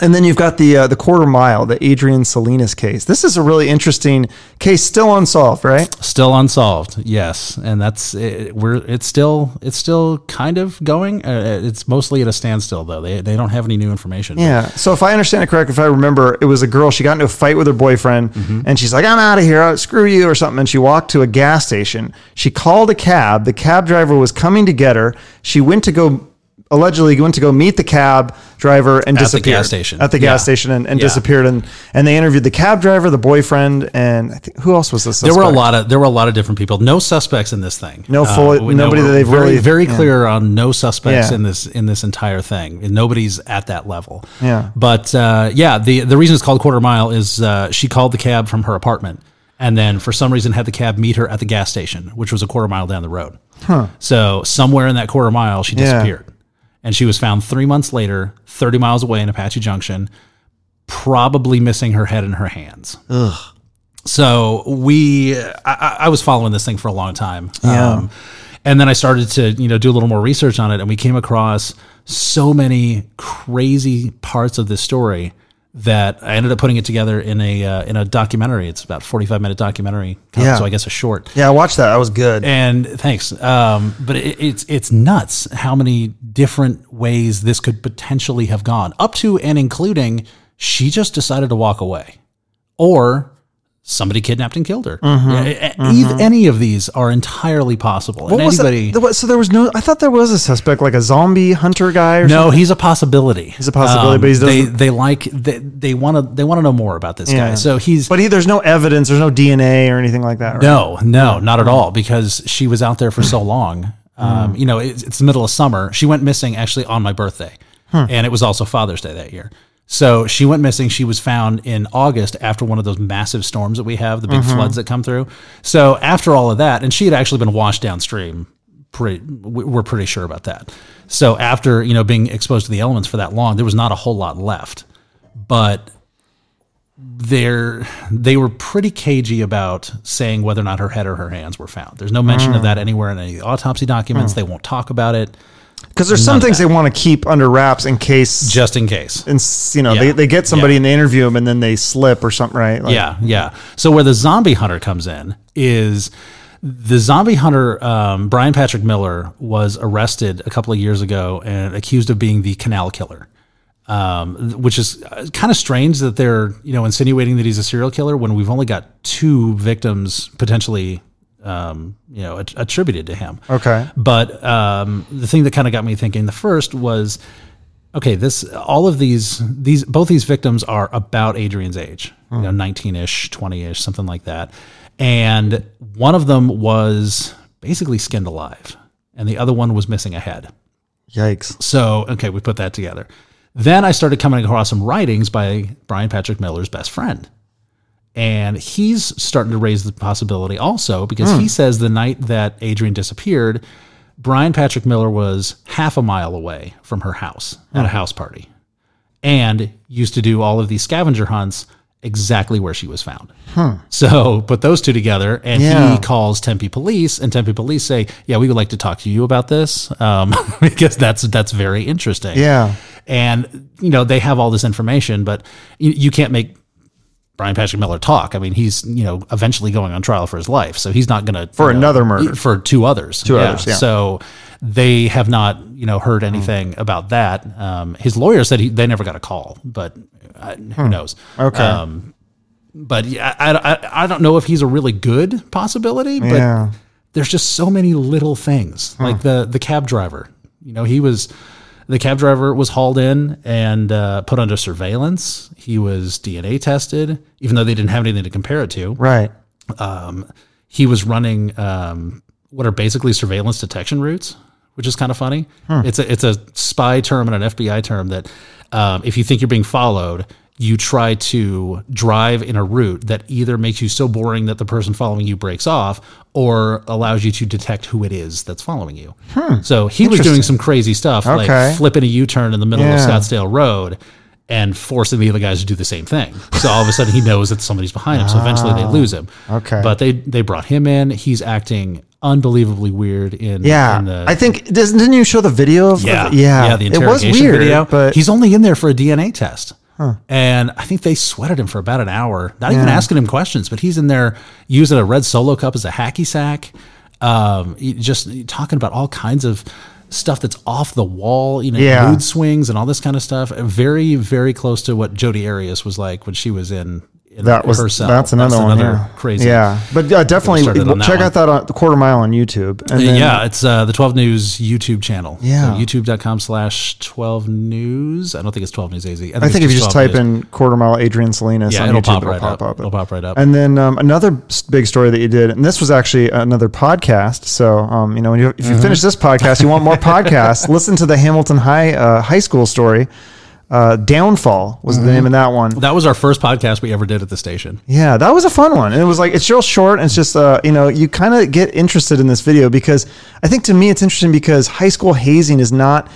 And then you've got the uh, the quarter mile, the Adrian Salinas case. This is a really interesting case, still unsolved, right? Still unsolved. Yes, and that's it, we're it's still it's still kind of going. Uh, it's mostly at a standstill though. They they don't have any new information. Yeah. So if I understand it correct, if I remember, it was a girl. She got into a fight with her boyfriend, Mm-hmm. and she's like, "I'm out of here. uh, Screw you," or something. And she walked to a gas station. She called a cab. The cab driver was coming to get her. She went to go allegedly went to go meet the cab driver and At the gas disappeared station. at the gas Yeah. station and, and Yeah. disappeared and and they interviewed the cab driver the boyfriend and I think, who else was this There were a lot of there were a lot of different people. No suspects in this thing. Uh, No fully- we- nobody we're that they've very, really- very yeah. clear on no suspects Yeah. in this in this entire thing. And nobody's at that level. Yeah. But uh, yeah, the the reason it's called quarter mile is uh, she called the cab from her apartment, and then for some reason had the cab meet her at the gas station, which was a quarter mile down the road. So somewhere in that quarter mile, she disappeared, and she was found three months later, thirty miles away in Apache Junction, probably missing her head and her hands. Ugh. So we, I- I, I was following this thing for a long time. Yeah. Um, and then I started to, you know, do a little more research on it, and we came across so many crazy parts of this story that I ended up putting it together in a uh, in a documentary. It's about forty five minute documentary, Yeah. so I guess a short. yeah I watched that that was good And thanks, um, but it, it's it's nuts how many different ways this could potentially have gone, up to and including she just decided to walk away, or somebody kidnapped and killed her. Mm-hmm. Yeah, e- e- Any of these are entirely possible. and What was that- anybody, there was- so there was no. I thought there was a suspect, like a zombie hunter guy or something. No, he's a possibility. He's a possibility, but he's- they they like they they want to they want to know more about this Yeah. guy. So he's But he, there's no evidence. There's no DNA or anything like that. Right? no no not at all because she was out there for so long. Um, you know, it's, it's the middle of summer. She went missing actually on my birthday, and it was also Father's Day that year. So she went missing. She was found in August after one of those massive storms that we have, the big floods that come through. So after all of that, and she had actually been washed downstream pretty we- we're pretty sure about that so after you know being exposed to the elements for that long there was not a whole lot left but they're they were pretty cagey about saying whether or not her head or her hands were found there's no mention of that anywhere in any of the autopsy documents they won't talk about it because there's some None of things they want to keep under wraps in case. just in case in s you know, Yeah. they, they get somebody Yeah. and they interview them and then they slip or something, right? Like, yeah, yeah. So where the zombie hunter comes in is the zombie hunter um, Brian Patrick Miller was arrested a couple of years ago and accused of being the canal killer. Um, th- which is kind of strange that they're you know insinuating that he's a serial killer when we've only got two victims potentially um, you know at- attributed to him. Okay. But um, the thing that kind of got me thinking the first was, okay, this all of these these both these victims are about Adrian's age, you know, nineteen ish, twenty ish, something like that, and one of them was basically skinned alive, and the other one was missing a head. Yikes. So, okay, we put that together. Then I started coming across some writings by Brian Patrick Miller's best friend. And he's starting to raise the possibility also because he says the night that Adrian disappeared, Brian Patrick Miller was half a mile away from her house at a house party and used to do all of these scavenger hunts exactly where she was found. So put those two together, and Yeah. he calls Tempe police, and Tempe police say, "Yeah, we would like to talk to you about this um, because that's that's very interesting." Yeah. and you know they have all this information, but you, you can't make. Brian Patrick Miller talk. I mean, he's you know eventually going on trial for his life, so he's not going to For another murder. for two others. Two others, yeah. So they have not, you know, heard anything Hmm. about that. Um, his lawyer said he, they never got a call, but uh, Hmm. who knows? Okay. Um, but yeah, I, I, I don't know if he's a really good possibility, but yeah. there's just so many little things like the the cab driver you know he was the cab driver was hauled in and uh, put under surveillance he was dna tested even though they didn't have anything to compare it to Right. he was running um, what are basically surveillance detection routes, which is kind of funny. Hmm. It's a it's a spy term and an FBI term that um, if you think you're being followed, you try to drive in a route that either makes you so boring that the person following you breaks off, or allows you to detect who it is that's following you. So he was doing some crazy stuff, Hmm. Okay. like flipping a U-turn in the middle of Yeah. Scottsdale Road. And forcing the other guys to do the same thing. So all of a sudden he knows that somebody's behind him. So eventually Ah. they lose him. Okay. But they they brought him in. He's acting unbelievably weird in Yeah. in the, I think, doesn't, didn't you show the video of yeah of- yeah. yeah the interrogation it was weird, video. But he's only in there for a DNA test. And I think they sweated him for about an hour, not even Yeah. asking him questions, but he's in there using a red solo cup as a hacky sack, um, he- just talking about all kinds of stuff that's off the wall, you know, Yeah. mood swings and all this kind of stuff. Very, very close to what Jodi Arias was like when she was in, in That was herself. that's another one. Yeah. crazy. Yeah, but uh, definitely started on that check one. out that on the quarter mile on YouTube. And then, yeah, it's uh, the 12 News YouTube channel. Yeah. So youtube.com slash 12 News. I don't think it's 12 News AZ. I think if you just type 12 News. in quarter mile Adrian Salinas yeah, on it'll YouTube, pop it'll right pop up. up. It'll pop right up. And then um, another s- big story that you did, and this was actually another podcast. So um, you know, when you, if you Mm-hmm. finish this podcast, you want more podcasts. Listen to the Hamilton High uh, High School story. Uh, Downfall was the name of that one. that was our first podcast we ever did at the station. Yeah, that was a fun one. And it was like it's real short and it's just uh, you know, you kind of get interested in this video because I think to me it's interesting because high school hazing is not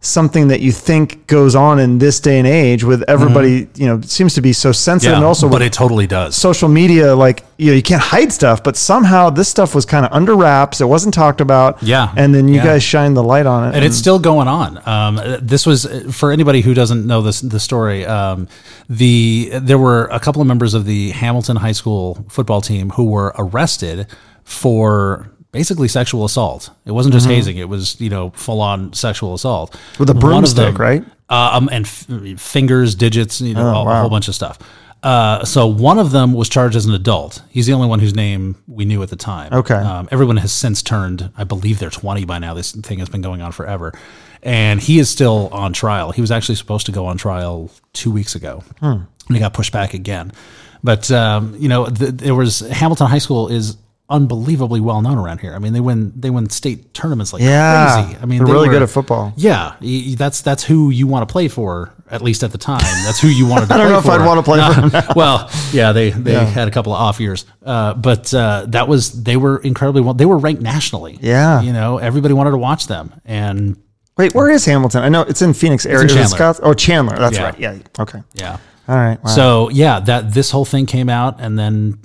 something that you think goes on in this day and age with everybody, you know, seems to be so sensitive and also Mm-hmm. but with it totally does. social media like you know, you can't hide stuff, but somehow this stuff was kind of under wraps, it wasn't talked about. Yeah, And then you yeah. guys shine the light on it. and it's still going on. Um, this was for anybody who doesn't know this the story. Um, the there were a couple of members of the Hamilton High School football team who were arrested for basically sexual assault. It wasn't just hazing; it was you know full on sexual assault Mm-hmm. With a One of broomstick, them- right? um, and f- fingers, digits, you know, a, a Oh, wow. whole bunch of stuff. Uh, so one of them was charged as an adult. He's the only one whose name we knew at the time. Okay. Um, everyone has since turned, I believe they're 20 by now. This thing has been going on forever. And he is still on trial. He was actually supposed to go on trial two weeks ago. Hmm. And he got pushed back again. But, um, you know, th- there was Hamilton High School is unbelievably well known around here. I mean, they win they win state tournaments like yeah. crazy. I mean, they're they really were- good at football. yeah, y- y- that's that's who you want to play for, at least at the time. That's who you wanted to play for. I don't know if I'd wanna play for them well, yeah, they they had a couple of off years, uh, but uh, that was they were incredibly well. They were ranked nationally. Yeah. you know, everybody wanted to watch them, and Wait, where is Hamilton? I know it's in Phoenix area. Is it Chandler. Scotts- oh, Chandler. That's Yeah. right. Yeah. Okay. yeah. All right. Wow. So yeah, that this whole thing came out, and then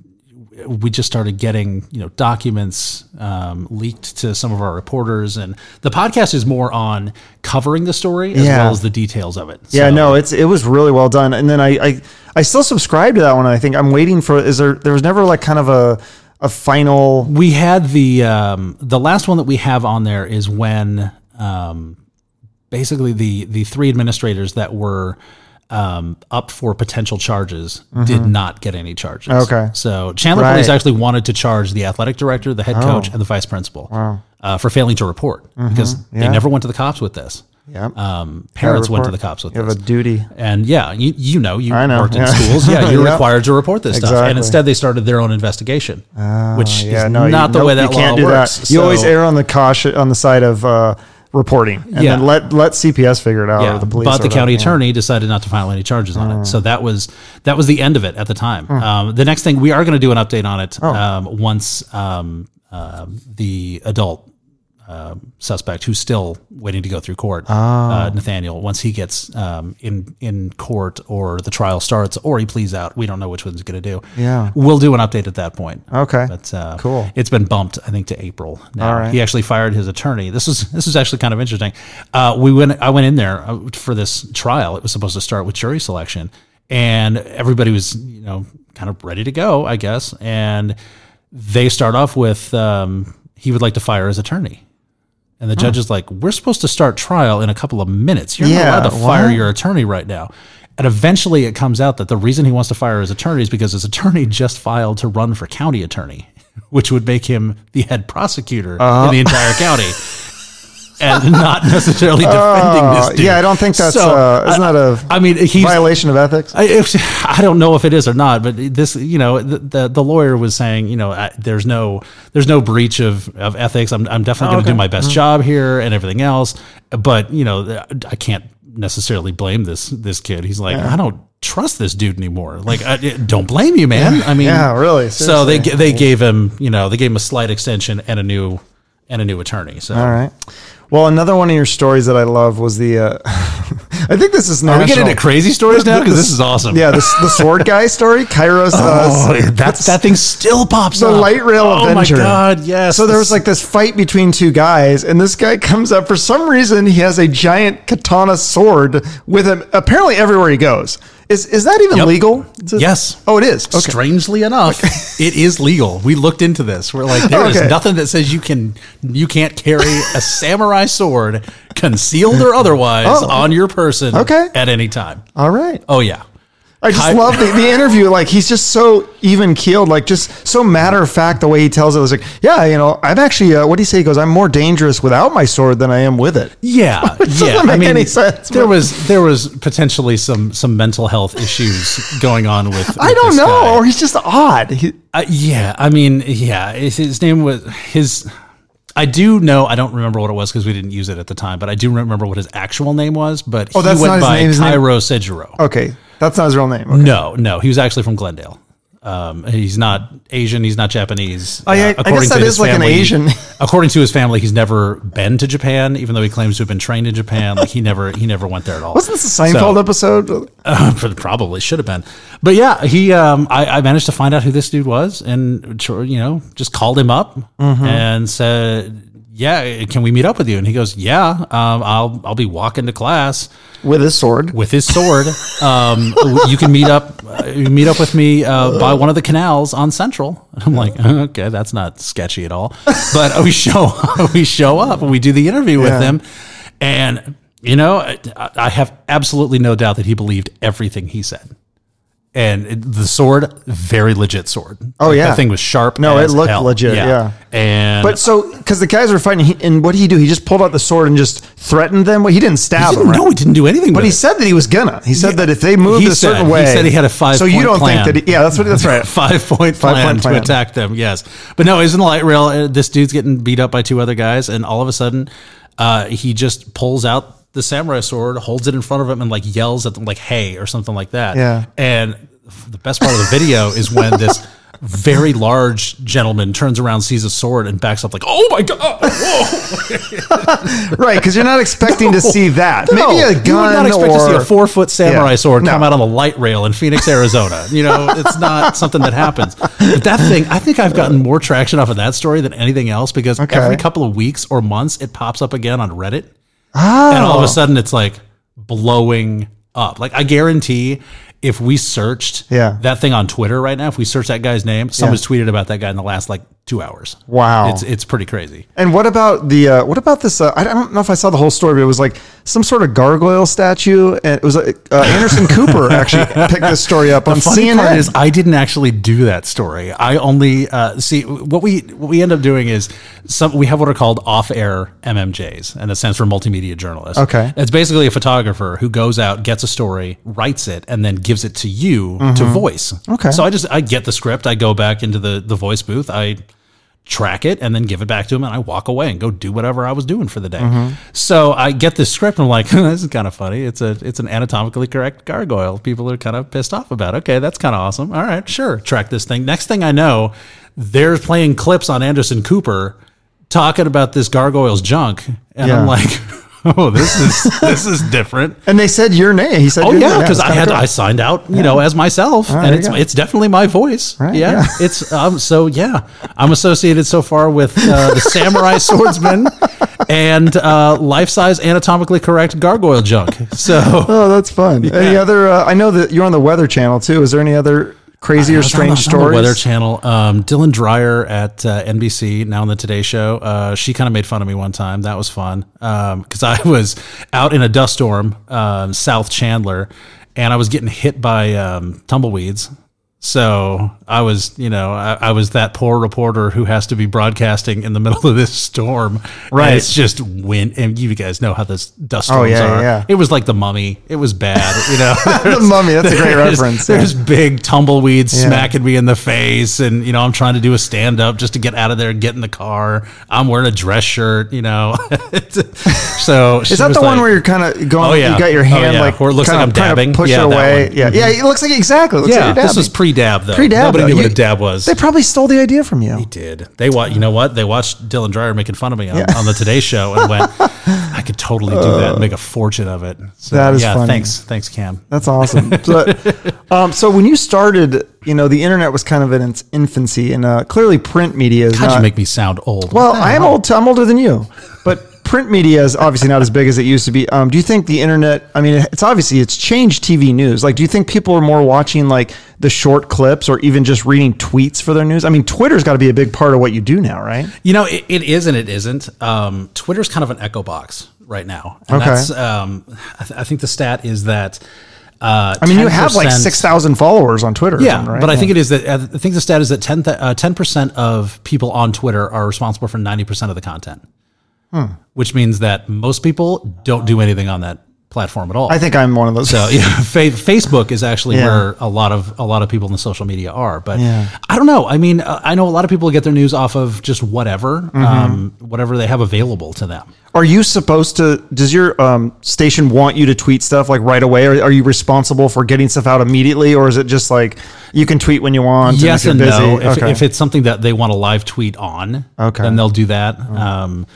we just started getting you know documents um, leaked to some of our reporters, and the podcast is more on covering the story as Yeah. well as the details of it. Yeah, So- no, it's it was really well done. And then I I, I still subscribe to that one. I think I'm waiting for is there there was never like kind of a a final we had the um, the last one that we have on there is when um, basically the the three administrators that were um, up for potential charges did not get any charges. Mm-hmm. Okay. so Chandler Police Right. Oh. actually wanted to charge the athletic director, the head coach, and the vice principal uh, for failing to report Mm-hmm. because they never went to the cops with this. yeah. Um, parents went to the report. cops with you have this. a duty. And yeah, you, you know, you I know, worked in yeah. schools. Yeah, you're Yeah. required to report this stuff. Exactly. Ah, And instead, they started their own investigation, which Yeah, is no, not you, the nope, way that you law can't do works. that. You always So, err on the caution on the side of uh, reporting, and Yeah. then let let CPS figure it out Yeah, or the police. but or the whatever. county Yeah. Mm. attorney decided not to file any charges on it. So that was that was the end of it at the time. Um, the next thing we are going to do an update on it Oh. um, once um, um the adult um, suspect who's still waiting to go through court, uh, Ah. Nathaniel. Once he gets um, in in court or the trial starts or he pleads out, we don't know which one's going to do. Yeah. we'll do an update at that point. Okay. But uh, Cool. It's been bumped, I think, to April. Now All right. he actually fired his attorney. This was this was actually kind of interesting. Uh, we went, I went in there uh, for this trial. It was supposed to start with jury selection, and everybody was, you know, kind of ready to go, I guess. And they start off with um, he would like to fire his attorney. And the judge is like, "We're supposed to start trial in a couple of minutes. You're Yeah, not allowed to fire what? your attorney right now." And eventually, it comes out that the reason he wants to fire his attorney is because his attorney just filed to run for county attorney, which would make him the head prosecutor Uh-huh. in the entire county, and not necessarily defending Uh, this dude. yeah, I don't think that's So, uh, I- it's not a I mean, he's violation of ethics. I, it was- I don't know if it is or not, but this, you know, the the, the lawyer was saying, you know, I, there's no there's no breach of, of ethics. I'm I'm definitely Oh, going to do my Mm-hmm. best job here and everything else, but you know, th- I can't necessarily blame this this kid. He's like, I don't trust this dude anymore. Like, I, it- don't blame you, man. I mean, Yeah, really, So they g- they gave him, you know, they gave him a slight extension and a new and a new attorney. So All right. Well, another one of your stories that I love was the. Uh, I think this is. are National. we getting into crazy stories now? Because This- this is awesome. Yeah, this, the sword guy story, Kairos. Oh, uh, that that thing still pops the up. light rail oh Avenger. Oh my god, yes. So there was like this fight between two guys, and this guy comes up for some reason. He has a giant katana sword with him. Apparently, everywhere he goes, Is is that even Yep. legal? To- Yes. Oh, it is. Okay. Strangely enough, it is legal. We looked into this. We're like, there is Okay. nothing that says you can you can't carry a samurai sword, concealed or otherwise, Oh. on your person Okay. at any time. All right. Oh yeah. I just I- love the, the interview. Like he's just so even keeled, like just so matter of fact. The way he tells it was like, yeah, you know, I'm actually. Uh, what do you say? He goes, I'm more dangerous without my sword than I am with it. Yeah, yeah. doesn't make any sense, There but- was there was potentially some some mental health issues going on with. I with don't this know, guy. or he's just odd. He, Uh, yeah, I mean, yeah. His, his name was his. I do know. I don't remember what it was because we didn't use it at the time, but I do remember what his actual name was. But Oh, that's he not went his by name, Oh. his name- Tyro Sejiro. okay, that's not his real name. Okay. No, no, he was actually from Glendale. Um, he's not Asian. He's not Japanese. Oh, Uh, I- I- I according guess that to is his like an family- Asian. according to his family, he's never been to Japan, even though he claims to have been trained in Japan. Like he never, he never went there at all. Wasn't this a Seinfeld episode? Uh, probably should have been, but yeah, he. Um, I, I managed to find out who this dude was, and tr- you know, just called him up and said, "Yeah, can we meet up with you?" And he goes, "Yeah, um, I'll I'll be walking to class With his sword. with his sword. um, you can meet up, uh, you meet up with me uh, by one of the canals on Central." And I'm like, "Okay, that's not sketchy at all." But we show we show up and we do the interview Yeah. with him, and you know, I, I have absolutely no doubt that he believed everything he said. And it- the sword, very legit sword. Oh, Like, yeah. that thing was sharp. No, it as looked hell. legit, yeah. and But so, because the guys were fighting, he, and what did he do? He just pulled out the sword and just threatened them. Well, he didn't stab he them. didn't, right? no, he didn't do anything. But with he it. said that he was gonna. He said that if they moved He a certain said- he way, said he had a So you five-point don't plan. think that? He, yeah, that's what. That's right. five point Five plan point to plan. attack them. Yes, but no, he's in the light rail. uh, This dude's getting beat up by two other guys, and all of a sudden, uh, he just pulls out the samurai sword, holds it in front of him, and like yells at them like "Hey" or something like that. Yeah. And the best part of the video is when this very large gentleman turns around, sees a sword, and backs up like "Oh my god!" Whoa. right, because you're not expecting to see that. No, Maybe a you would not gun expect or to see a four foot samurai Yeah. sword come No. out on the light rail in Phoenix, Arizona. You know, it's not something that happens. But that thing, I think I've gotten more traction off of that story than anything else because every couple of weeks or months it pops up again on Reddit. And Oh. all of a sudden it's like blowing up. Like I guarantee if we searched Yeah. that thing on Twitter right now, if we search that guy's name, someone's tweeted about that guy in the last like two hours. Wow. It's it's pretty crazy. And what about the uh, what about this? Uh, I don't know if I saw the whole story, but it was like some sort of gargoyle statue, and it was uh, uh, Anderson Cooper actually picked this story up on funny part CNN. is I didn't actually do that story. I only uh, see what we what we end up doing is some we have what are called off-air MMJs, and that stands for multimedia journalist. Okay. it's basically a photographer who goes out, gets a story, writes it, and then gives it to you to voice. Okay. so I just I get the script, I go back into the the voice booth, I track it and then give it back to him and I walk away and go do whatever I was doing for the day. So I get this script and I'm like, this is kind of funny. It's a it's an anatomically correct gargoyle. People are kind of pissed off about. it. Okay, that's kind of awesome. All right, sure. Track this thing. Next thing I know, they're playing clips on Anderson Cooper talking about this gargoyle's junk and Yeah. I'm like, oh, this is this is different. and they said your name. He said, Oh your name. yeah, because it's I kinda had cool. I signed out, you know, as myself, there and it's you go. it's definitely my voice. Right, yeah, yeah. it's um, so yeah, I'm associated so far with uh, the samurai swordsman and uh, life size anatomically correct gargoyle junk. So Oh, that's fun. Any other? Uh, I know that you're on the Weather Channel too. Is there any other crazy or strange on the- on stories? the Weather Channel. Um, Dylan Dreyer at uh, NBC, now on the Today Show. Uh, she kind of made fun of me one time. That was fun because I was out in a dust storm, um, South Chandler, and I was getting hit by um, tumbleweeds. So I was, you know, I, I was that poor reporter who has to be broadcasting in the middle of this storm. Right. it's just wind, and you guys know how this dust storms Oh, yeah, are. yeah. It was like the mummy. It was bad. You the know, Mummy. That's a great there's- reference. yeah. There's big tumbleweeds smacking me in the face, and you know I'm trying to do a stand up just to get out of there, get in the car. I'm wearing a dress shirt, you know. so Is that the one where you're kind of going? Oh, yeah. You got your Oh, hand yeah. like Where it looks kinda like I'm trying to dabbing. Push Yeah, it that away. one. Mm-hmm. Yeah, yeah. It looks like exactly. It looks yeah, like you're this was dabbing. pre-dab though. Pre-dab, Nobody though. knew You- what a dab was. They probably stole the idea from you. did. They watch. You know what? They watched Dylan Dreyer making fun of me on, on the Today Show and went, "I could totally do that and make a fortune of it." So, That is yeah. funny. Thanks, thanks, Cam. That's awesome. But, um, so when you started, you know, the internet was kind of in its infancy, and uh, clearly print media is How'd not. you make me sound old? well, I am old. I'm older than you, but print media is obviously not as big as it used to be. Um, do you think the internet? I mean, it's obviously it's changed TV news. Like, do you think people are more watching like the short clips or even just reading tweets for their news? I mean, Twitter's got to be a big part of what you do now, right? You know, it, it is and it isn't. Um, Twitter's kind of an echo box right now. And Okay. That's, um, I, th- I think the stat is that. Uh, I mean, you have like 10% six thousand followers on Twitter. or Yeah, something, right? but I think it is that uh, I think the stat is that 10 percent of people on Twitter are responsible for ninety percent of the content, Hmm. which means that most people don't do anything on that platform at all. I think I'm one of those. So yeah, fa- Facebook is actually Yeah. where a lot of a lot of people in the social media are. But Yeah. I don't know. I mean, uh, I know a lot of people get their news off of just whatever, Mm-hmm. um, whatever they have available to them. Are you supposed to? Does your um, station want you to tweet stuff like right away, or are you responsible for getting stuff out immediately, or is it just like you can tweet when you want? yes if and you're no. If, okay. if it's something that they want a live tweet on, Okay. Mm-hmm. then they'll do that. Um,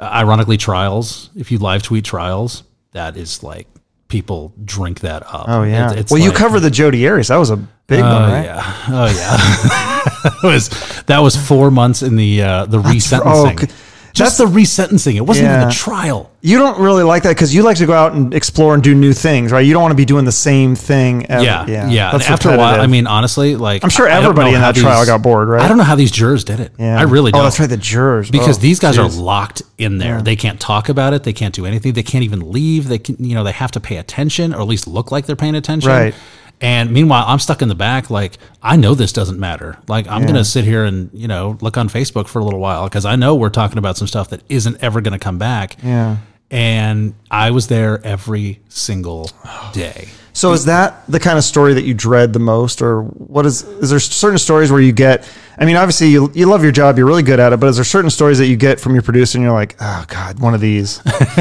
ironically, trials. If you live tweet trials, that is like people drink that up. oh yeah. It- it's well, you like- cover the Jody Arias. That was a big one, Oh right? yeah. Oh yeah. that was that was four months in the uh, the resentencing. okay. Just the resentencing. It wasn't even Yeah. the trial. You don't really like that because you like to go out and explore and do new things, right? You don't want to be doing the same thing. Ever. Yeah, yeah. And after a while, repetitive. I mean, honestly, like I'm sure everybody in that trial got bored, right? I don't know how these jurors did it. Yeah. I really don't. Oh, that's right, the jurors. because Oh, these guys geez. are locked in there. They can't talk about it. They can't do anything. They can't even leave. They can, you know, they have to pay attention or at least look like they're paying attention. Right. And meanwhile, I'm stuck in the back. Like I know this doesn't matter. Like I'm gonna sit here and you know look on Facebook for a little while because I know we're talking about some stuff that isn't ever gonna come back. Yeah. And I was there every single day. So is that the kind of story that you dread the most, or what is? Is there certain stories where you get? I mean, obviously you, you love your job, you're really good at it, but is there certain stories that you get from your producer and you're like, oh god, one of these?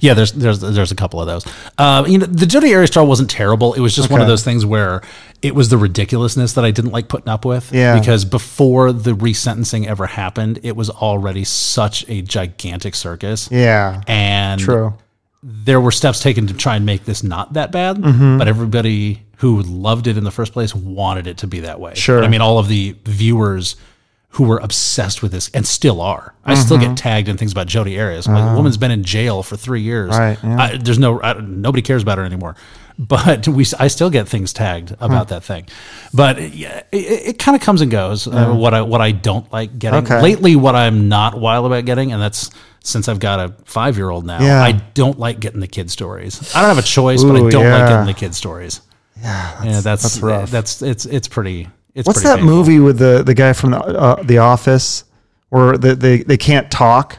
Yeah, there's there's there's a couple of those. Uh, you know, the Jody Arias trial wasn't terrible. It was just one of Okay. those things where it was the ridiculousness that I didn't like putting up with. Yeah. Because before the resentencing ever happened, it was already such a gigantic circus. Yeah, And true. there were steps taken to try and make this not that bad, Mm-hmm. but everybody who loved it in the first place wanted it to be that way. Sure. I mean, all of the viewers who were obsessed with this and still are. I still Mm-hmm. get tagged in things about Jodi Arias. I'm Like, the woman's been in jail for three years. Oh. Right, yeah. I, there's no, I, nobody cares about her anymore. But we, I still get things tagged about that thing. But yeah, it, it kind of comes and goes. Uh, what I, what I don't like getting Okay. lately, what I'm not wild about getting, and that's since I've got a five year old now. Yeah. I don't like getting the kid stories. I don't have a choice, but Ooh, I don't like yeah. getting the kid stories. Yeah, that's that's, that's rough. that's- it's it's pretty. It's What's pretty that painful. movie with the the guy from the uh, the Office where the, they they can't talk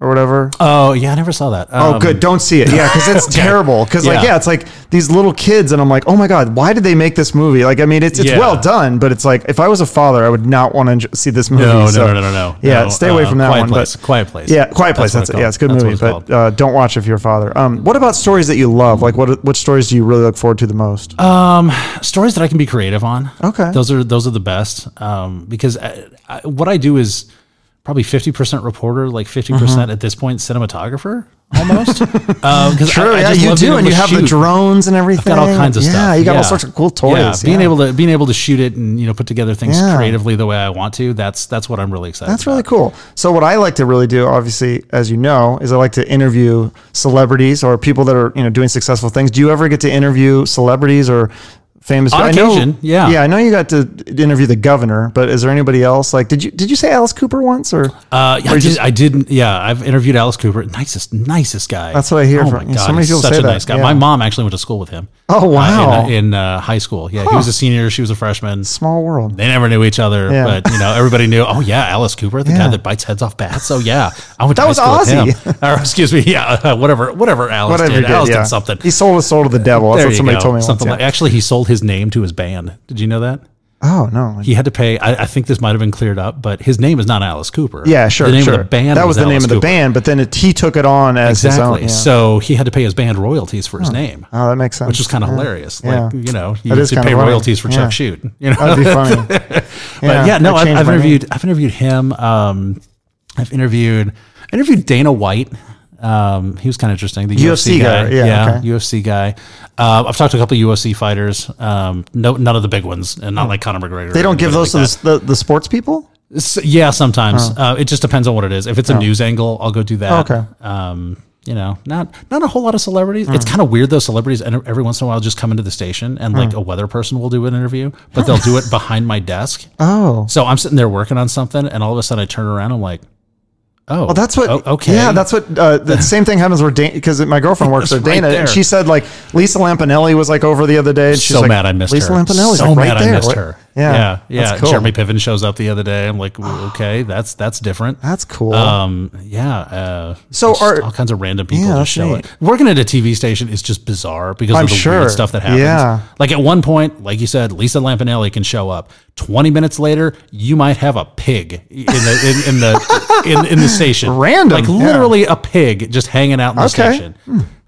or whatever? Oh yeah, I never saw that. Oh, Um, good. Don't see it. Yeah, because it's terrible. Because like, Yeah. yeah, it's like these little kids, and I'm like, oh my god, why did they make this movie? Like, I mean, it's it's Yeah. well done, but it's like, if I was a father, I would not want to see this movie. No, no, So, no, no, no, no. Yeah, No, stay away uh, from that Quiet one. Place, but, Quiet Place. Yeah, Quiet Place. That's That's, what it. Yeah, it's a good it's movie, called. but uh, don't watch if you're a father. Um, what about stories that you love? Like, what what stories do you really look forward to the most? stories that I can be creative on. Okay. those are those are the best um, because I, I, what I do is probably fifty percent reporter, like fifty Mm-hmm. percent at this point cinematographer almost. um, Sure, yeah, you do, and you have the drones and everything. got all kinds of yeah, stuff. Yeah, you got all sorts of cool toys. Yeah, being yeah. able to being able to shoot it and you know put together things Yeah. creatively the way I want to. That's that's what I'm really excited. That's really cool. So what I like to really do, obviously, as you know, is I like to interview celebrities or people that are you know doing successful things. Do you ever get to interview celebrities or famous? On I know- occasion, yeah. yeah. I know you got to interview the governor, but is there anybody else? Like, did you did you say Alice Cooper once or? Uh, yeah, Or I, just- did, I didn't. Yeah, I've interviewed Alice Cooper. Nicest, nicest guy. That's what I hear Oh from- my yeah, god, so many he's people such say a that, nice guy. yeah. My mom actually went to school with him. Oh, uh, in, wow. uh, in uh, high school, yeah, he was a senior. She was a freshman. Small world. They never knew each other, Yeah. but you know everybody knew. Oh yeah, Alice Cooper, the Yeah. guy that bites heads off bats. Oh yeah, I went That to high was school Ozzy. with him. or, excuse me, yeah, whatever, whatever. Alice Whatever did. he did, Alice yeah. did something. He sold his soul to the devil. That's There what you somebody go. told me. Something once, like yeah. actually, he sold his name to his band. Did you know that? Oh no. He had to pay. I, I think this might have been cleared up, but his name is not Alice Cooper. yeah, sure. The name sure. of the band. That was, the name Alice of the Cooper. band, but then it, he took it on as his own. Exactly. yeah. So he had to pay his band royalties for his name, oh, that makes sense. which is kind of Yeah. hilarious. Like Yeah. you know, That you have is to kinda pay funny. royalties for Yeah. Oh, Chuck Shoot. You know, That'd be funny. but yeah, no, I I've, changed I've my name. interviewed. I've interviewed him. Um, I've interviewed. I interviewed Dana White. Um, he was kind of interesting. The UFC UFC, guy, guy. yeah, okay. UFC guy. Uh, I've talked to a couple UFC fighters. Um, no, none of the big ones, and not like Conor McGregor. Hmm. They don't give those to the. the, the the sports people. S yeah, sometimes uh, it just depends on what it is. If it's a news angle, I'll go do that. Oh, Okay. Um, you know, not not a whole lot of celebrities. It's Hmm. kind of weird though. Celebrities and every once in a while just come into the station and Hmm. like a weather person will do an interview, but they'll do it behind my desk. Oh. So I'm sitting there working on something, and all of a sudden I turn around. I'm like, oh, Well, that's what. o- okay. Yeah, that's what. Uh, the same thing happens where Dana, because my girlfriend works with right Dana, there. and she said like Lisa Lampanelli was like over the other day. And she's so like, mad I missed Lisa her. Lampanelli. so like, mad right there. I missed What- her. Yeah, yeah, yeah. That's cool. Jeremy Piven shows up the other day. I'm like, well, okay, that's that's different. That's cool. Um, yeah. Uh, So just are- all kinds of random people Yeah, just that's show neat. it. Working at a TV station is just bizarre because I'm of the sure. weird stuff that happens. Yeah. Like at one point, like you said, Lisa Lampanelli can show up. Twenty minutes later, you might have a pig in the in, in the in, in the station. Random, like yeah. literally a pig just hanging out in the Okay. Hmm. station.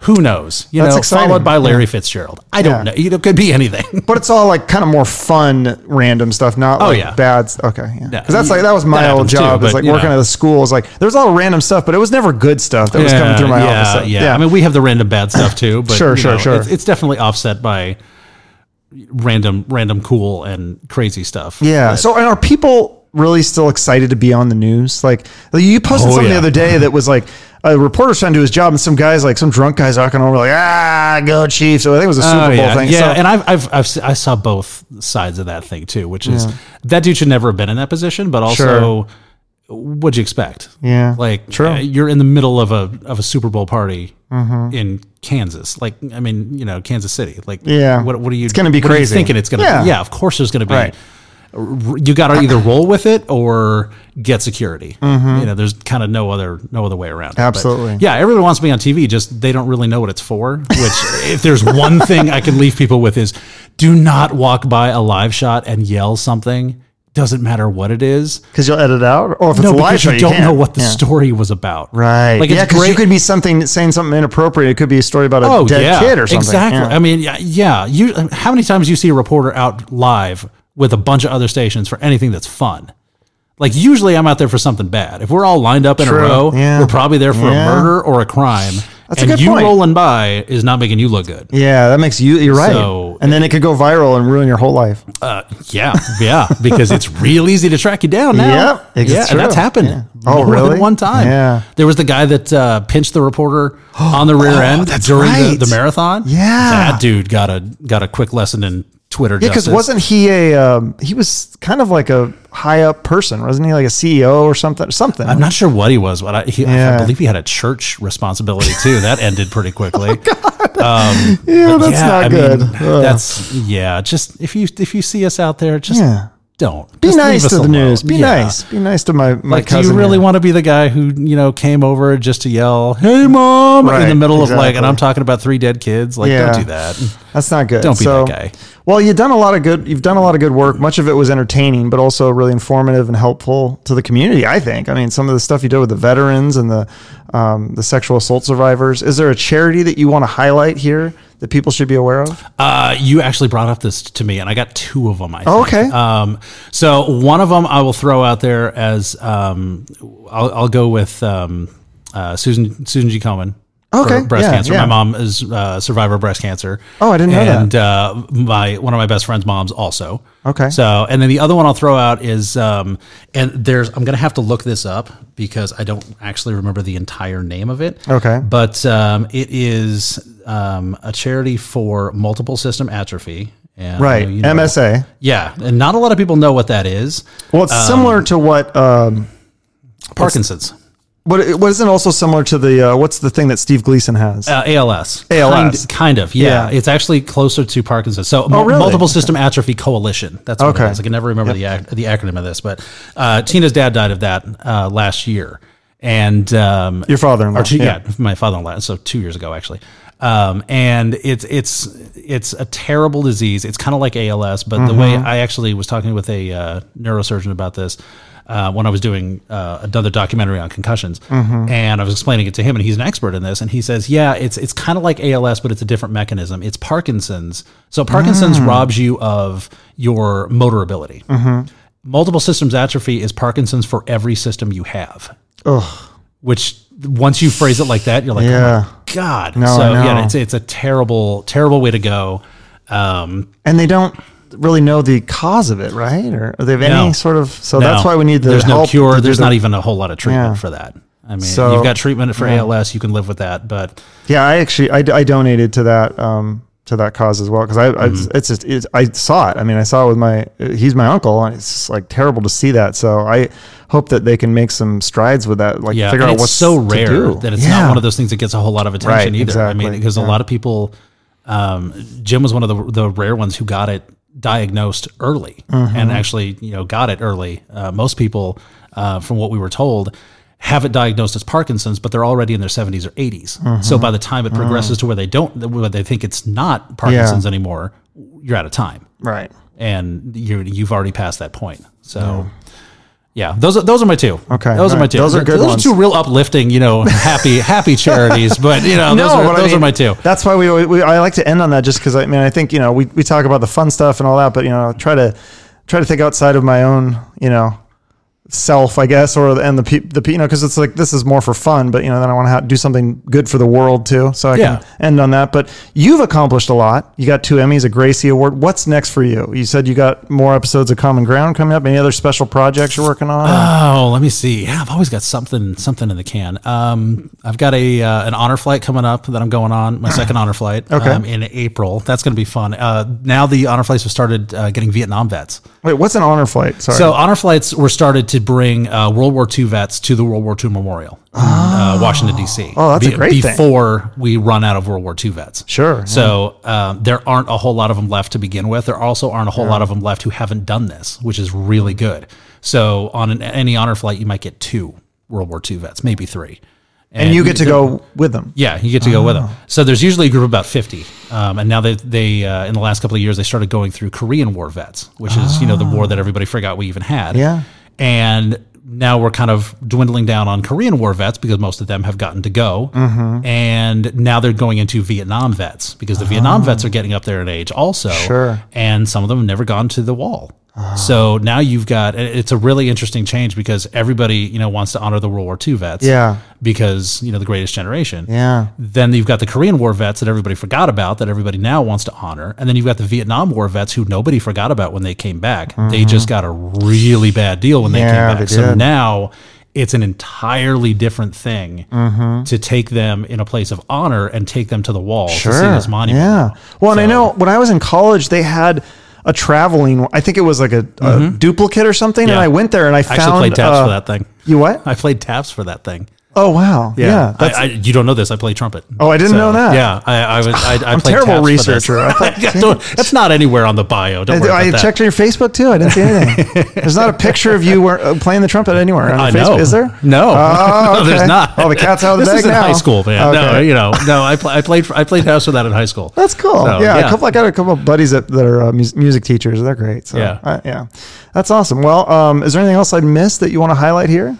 Who knows? You That's know, exciting. followed by Larry Fitzgerald. I don't Yeah. know. You know, It could be anything. but it's all like kind of more fun, random stuff, not like Oh, yeah. bad. s- Okay, yeah, because that's Yeah. like that was my That old happens too, job. It's but, like you working know. at the school. It's like there's a lot of random stuff, but it was never good stuff that was coming through my yeah, office. Yeah. I mean, we have the random bad stuff too, but Sure, you sure, know, sure. It's, it's definitely offset by random, random cool and crazy stuff. Yeah. But So, and are people really still excited to be on the news? Like, you posted Oh, something the yeah. other day that was like a reporter's trying to do his job, and some guys, like some drunk guys, walking over, like, ah, go Chiefs. So I think it was a Super Oh, Bowl yeah, thing. yeah, So, and I've, I've, I've, si saw both sides of that thing too, which is that dude should never have been in that position, but also, what'd you expect? Yeah. like True. uh, you're in the middle of a of a Super Bowl party Mm-hmm. in Kansas. Like, I mean, you know, Kansas City. Like, Yeah. what, what are you? It's gonna be what are you crazy. thinking it's gonna Yeah. be. Yeah, of course, there's gonna be. Right. r- You got to either roll with it or get security. You know, there's kind of no other no other way around. it. But Mm-hmm. Absolutely. yeah, everyone wants to be on TV. Just they don't really know what it's for. Which, if there's one thing I can leave people with is, do not walk by a live shot and yell something. Doesn't matter what it is because you'll edit out, or if it's a no, live because show, you, don't can't. know what the Yeah. story was about. Right. Like yeah, it's because great. you could be something saying something inappropriate. It could be a story about a oh dead yeah, kid or something. Exactly. Yeah. I mean, yeah, yeah. You, how many times you see a reporter out live with a bunch of other stations for anything that's fun? Like usually, I'm out there for something bad. If we're all lined up in True. a row, Yeah. we're probably there for Yeah. a murder or a crime. That's a and good you point. rolling by is not making you look good. yeah, that makes you. You're right. So- and then it could go viral and ruin your whole life. Uh, yeah, yeah, because it's real easy to track you down now. Yep, it's yeah, true. and that's happened. Yeah. Oh, more than really? one time. Yeah. Oh, there was the guy that uh, pinched the reporter on the rear end that's during right. the, the marathon. Yeah. that dude got a got a quick lesson in Twitter. Yeah, because wasn't he a? Um, he was kind of like a high up person, wasn't he? Like a CEO or something. Something. I'm not sure what he was, but I, he, Yeah. I believe he had a church responsibility too. That ended pretty quickly. Oh, Um, yeah, that's yeah, not I good. Mean, Ugh. that's yeah. Just if you if you see us out there, just Yeah. don't be Just leave nice us to the alone. news. Be Yeah. nice. Be nice to my my Like, do cousin. you really here. want to be the guy who you know came over just to yell, "Hey, mom!" Right, in the middle of like, and exactly. I'm talking about three dead kids. Like, Yeah. don't do that. That's not good. Don't be So- that guy. Well, you've done a lot of good. You've done a lot of good work. Much of it was entertaining, but also really informative and helpful to the community. I think. I mean, some of the stuff you did with the veterans and the um, the sexual assault survivors. Is there a charity that you want to highlight here that people should be aware of? Uh, you actually brought up this to me, and I got two of them. I think. okay. Um, so one of them I will throw out there as um, I'll, I'll go with um, uh, Susan Susan G. Cohen. for Okay, breast yeah, cancer. yeah. My mom is uh, survivor of breast cancer. Oh, I didn't know that. and, uh, my one of my best friend's mom's also. Okay. So, and then the other one I'll throw out is, um, and there's I'm gonna have to look this up because I don't actually remember the entire name of it. Okay. But um, it is um, a charity for multiple system atrophy. And, Right. you know- MSA. Yeah, and not a lot of people know what that is. Well, it's similar to what. Um, Parkinson's, But it wasn't also similar to the uh, what's the thing that Steve Gleason has? uh, ALS. ALS. Kind, kind of. Yeah. Yeah. Oh, it's actually closer to Parkinson's. So, mul- really? multiple system atrophy coalition. That's what Okay. it is. I can never remember the ac- the acronym of this, but uh, Tina's dad died of that uh, last year, and um, Your father-in-law. Or two- yeah. my father-in-law. So two years ago, actually. Um, and it's it's it's a terrible disease. It's kind of like ALS, but the way I actually was talking with a uh, neurosurgeon about this uh, when I was doing uh, another documentary on concussions, and I was explaining it to him, and he's an expert in this, and he says, yeah, it's it's kind of like ALS, but it's a different mechanism. It's Parkinson's. So Parkinson's robs you of your motor ability. Multiple systems atrophy is Parkinson's for every system you have which once you phrase it like that, you're like, Yeah. oh my God. No, so I know. yeah, it's, it's a terrible, terrible way to go. Um, And they don't really know the cause of it, right? Or, or they have any No. sort of. So No. that's why we need the There's help no to cure. do There's the- not even a whole lot of treatment Yeah. for that. I mean, So- you've got treatment for Yeah. ALS. You can live with that, but Yeah, I actually I, I donated to that um to that cause as well because I, Mm-hmm. I it's just it's, I saw it. I mean, I saw it with my he's my uncle, and it's just, like terrible to see that. So I hope that they can make some strides with that, like yeah, figure and out it's what's so to rare do. that it's Yeah. not one of those things that gets a whole lot of attention Right, either. I mean, exactly, because yeah. a lot of people, um, Jim was one of the the rare ones who got it diagnosed early Mm-hmm. and actually you know got it early. Uh, most people, uh, from what we were told. Have it diagnosed as Parkinson's, but they're already in their 70s or 80s. Mm-hmm. So by the time it progresses to where they don't, where they think it's not Parkinson's anymore, you're out of time. right. and you you've already passed that point. So yeah, those are those are my two. Okay, those are my alright, two. those are good Those ones. are two real uplifting, you know, happy happy charities. But you know, Oh, those No, are but I those are mean, my two. That's why we, always- we I like to end on that just because I mean I think you know we, we talk about the fun stuff and all that, but you know try to try to think outside of my own you know self I guess or and the pe- the pe- you know because it's like this is more for fun, but you know then I want to ha- do something good for the world too, so I Yeah. can end on that. But you've accomplished a lot. You got two Emmys, a Gracie Award. What's next for you? You said you got more episodes of Common Ground coming up. Any other special projects you're working on? Oh, let me see. Yeah, I've always got something something in the can. Um, I've got a uh, an honor flight coming up that I'm going on. My second honor flight. Okay. um, in April. That's going to be fun. Uh, now the honor flights have started uh, getting Vietnam vets. Wait, what's an honor flight? Sorry. So honor flights were started to bring uh, World War II vets to the World War II Memorial in uh, Washington D.C. Oh, that's a great thing. before we run out of World War II vets. Sure, So um, there aren't a whole lot of them left to begin with. There also aren't a whole lot of them left who haven't done this, which is really good. So on an, any honor flight, you might get two World War II vets, maybe three, and you get to go with them. yeah, you get to go with them. Ah. So there's usually a group of about 50. Um, and now they, they uh, in the last couple of years, they started going through Korean War vets, which is, you know, the war that everybody forgot we even had. Ah. Yeah. And now we're kind of dwindling down on Korean War vets because most of them have gotten to go. Mm-hmm. And now they're going into Vietnam vets because the Vietnam vets are getting up there in age also. Ah. Sure. Ah. And some of them have never gone to the wall. So now you've got it- it's a really interesting change because everybody, you know, wants to honor the World War II vets. Yeah. Because, you know, the greatest generation. Yeah. Then you've got the Korean War vets that everybody forgot about that everybody now wants to honor. And then you've got the Vietnam War vets who nobody forgot about when they came back. They just got a really bad deal when they Mm-hmm. Yeah, came back. they So did. now it's an entirely different thing Mm-hmm. to take them in a place of honor and take them to the wall to see this monument. Yeah. Well, and I So- know when I was in college, they had a traveling. I think it was like a, a duplicate or something. And Mm-hmm. Yeah. I went there and I I found. actually played taps uh, for that thing. You what? I played taps for that thing. Oh wow. Yeah. I, that's, I, you don't know this. I play trumpet. Oh, I didn't know that. Yeah, I, I was. I, I I'm played terrible taps for this. researcher. I thought- Yeah, don't- that's not anywhere on the bio. Don't I, worry about I that. checked your Facebook too. I didn't see anything. There's not a picture of you were, uh, playing the trumpet anywhere. On I your know. Facebook. Is there? No. Oh, no, there's okay. not. Oh, the cat's out of the this bag is in now. high school, man. No, Okay. you know, no. I, pl- I played. I played house with that in high school. That's cool. So, yeah, yeah. a couple. I got a couple of buddies that, that are uh, mus- music teachers. They're great. So, Yeah. uh, yeah, that's awesome. Well, um, is there anything else I missed that you want to highlight here?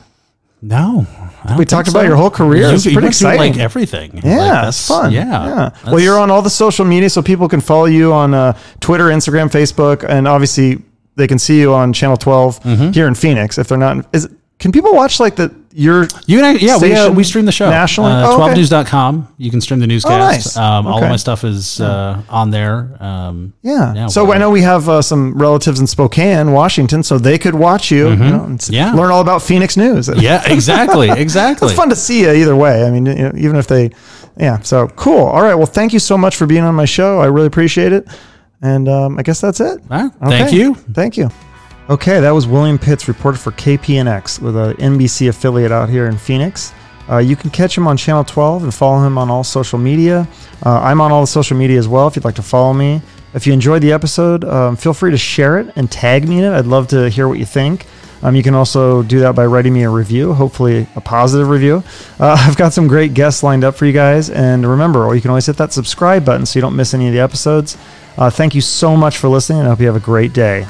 No, I We don't talked think about so. your whole career. You, It's you pretty went through, exciting. Like everything. Like, Yeah, that's- it's fun. Yeah. Well, That's- you're on all the social media, so people can follow you on uh, Twitter, Instagram, Facebook, and obviously they can see you on Channel 12 Mm-hmm. here in Phoenix. If they're not, is can people watch like the your You can, act- yeah, we, uh, station we stream the show nationally? Uh, Oh, okay. Oh, 12news.com. You can stream the newscast. nice. um, All Okay. of my stuff is uh, on there. Um, Yeah. Yeah, so well- I know we have uh, some relatives in Spokane, Washington, so they could watch you, you know, and s- Mm-hmm. Yeah. learn all about Phoenix news. yeah, exactly, exactly. It's fun to see you either way. I mean, you know, even if they, yeah. So cool. All right. Well, thank you so much for being on my show. I really appreciate it. And um, I guess that's it. All right. Thank Okay. you. Thank you. Okay, that was William Pitts, reporter for KPNX with a NBC affiliate out here in Phoenix. Uh, you can catch him on Channel 12 and follow him on all social media. Uh, I'm on all the social media as well if you'd like to follow me. If you enjoyed the episode, um, feel free to share it and tag me in it. I'd love to hear what you think. Um, you can also do that by writing me a review, hopefully a positive review. Uh, I've got some great guests lined up for you guys. And remember, you can always hit that subscribe button so you don't miss any of the episodes. Uh, thank you so much for listening, and I hope you have a great day.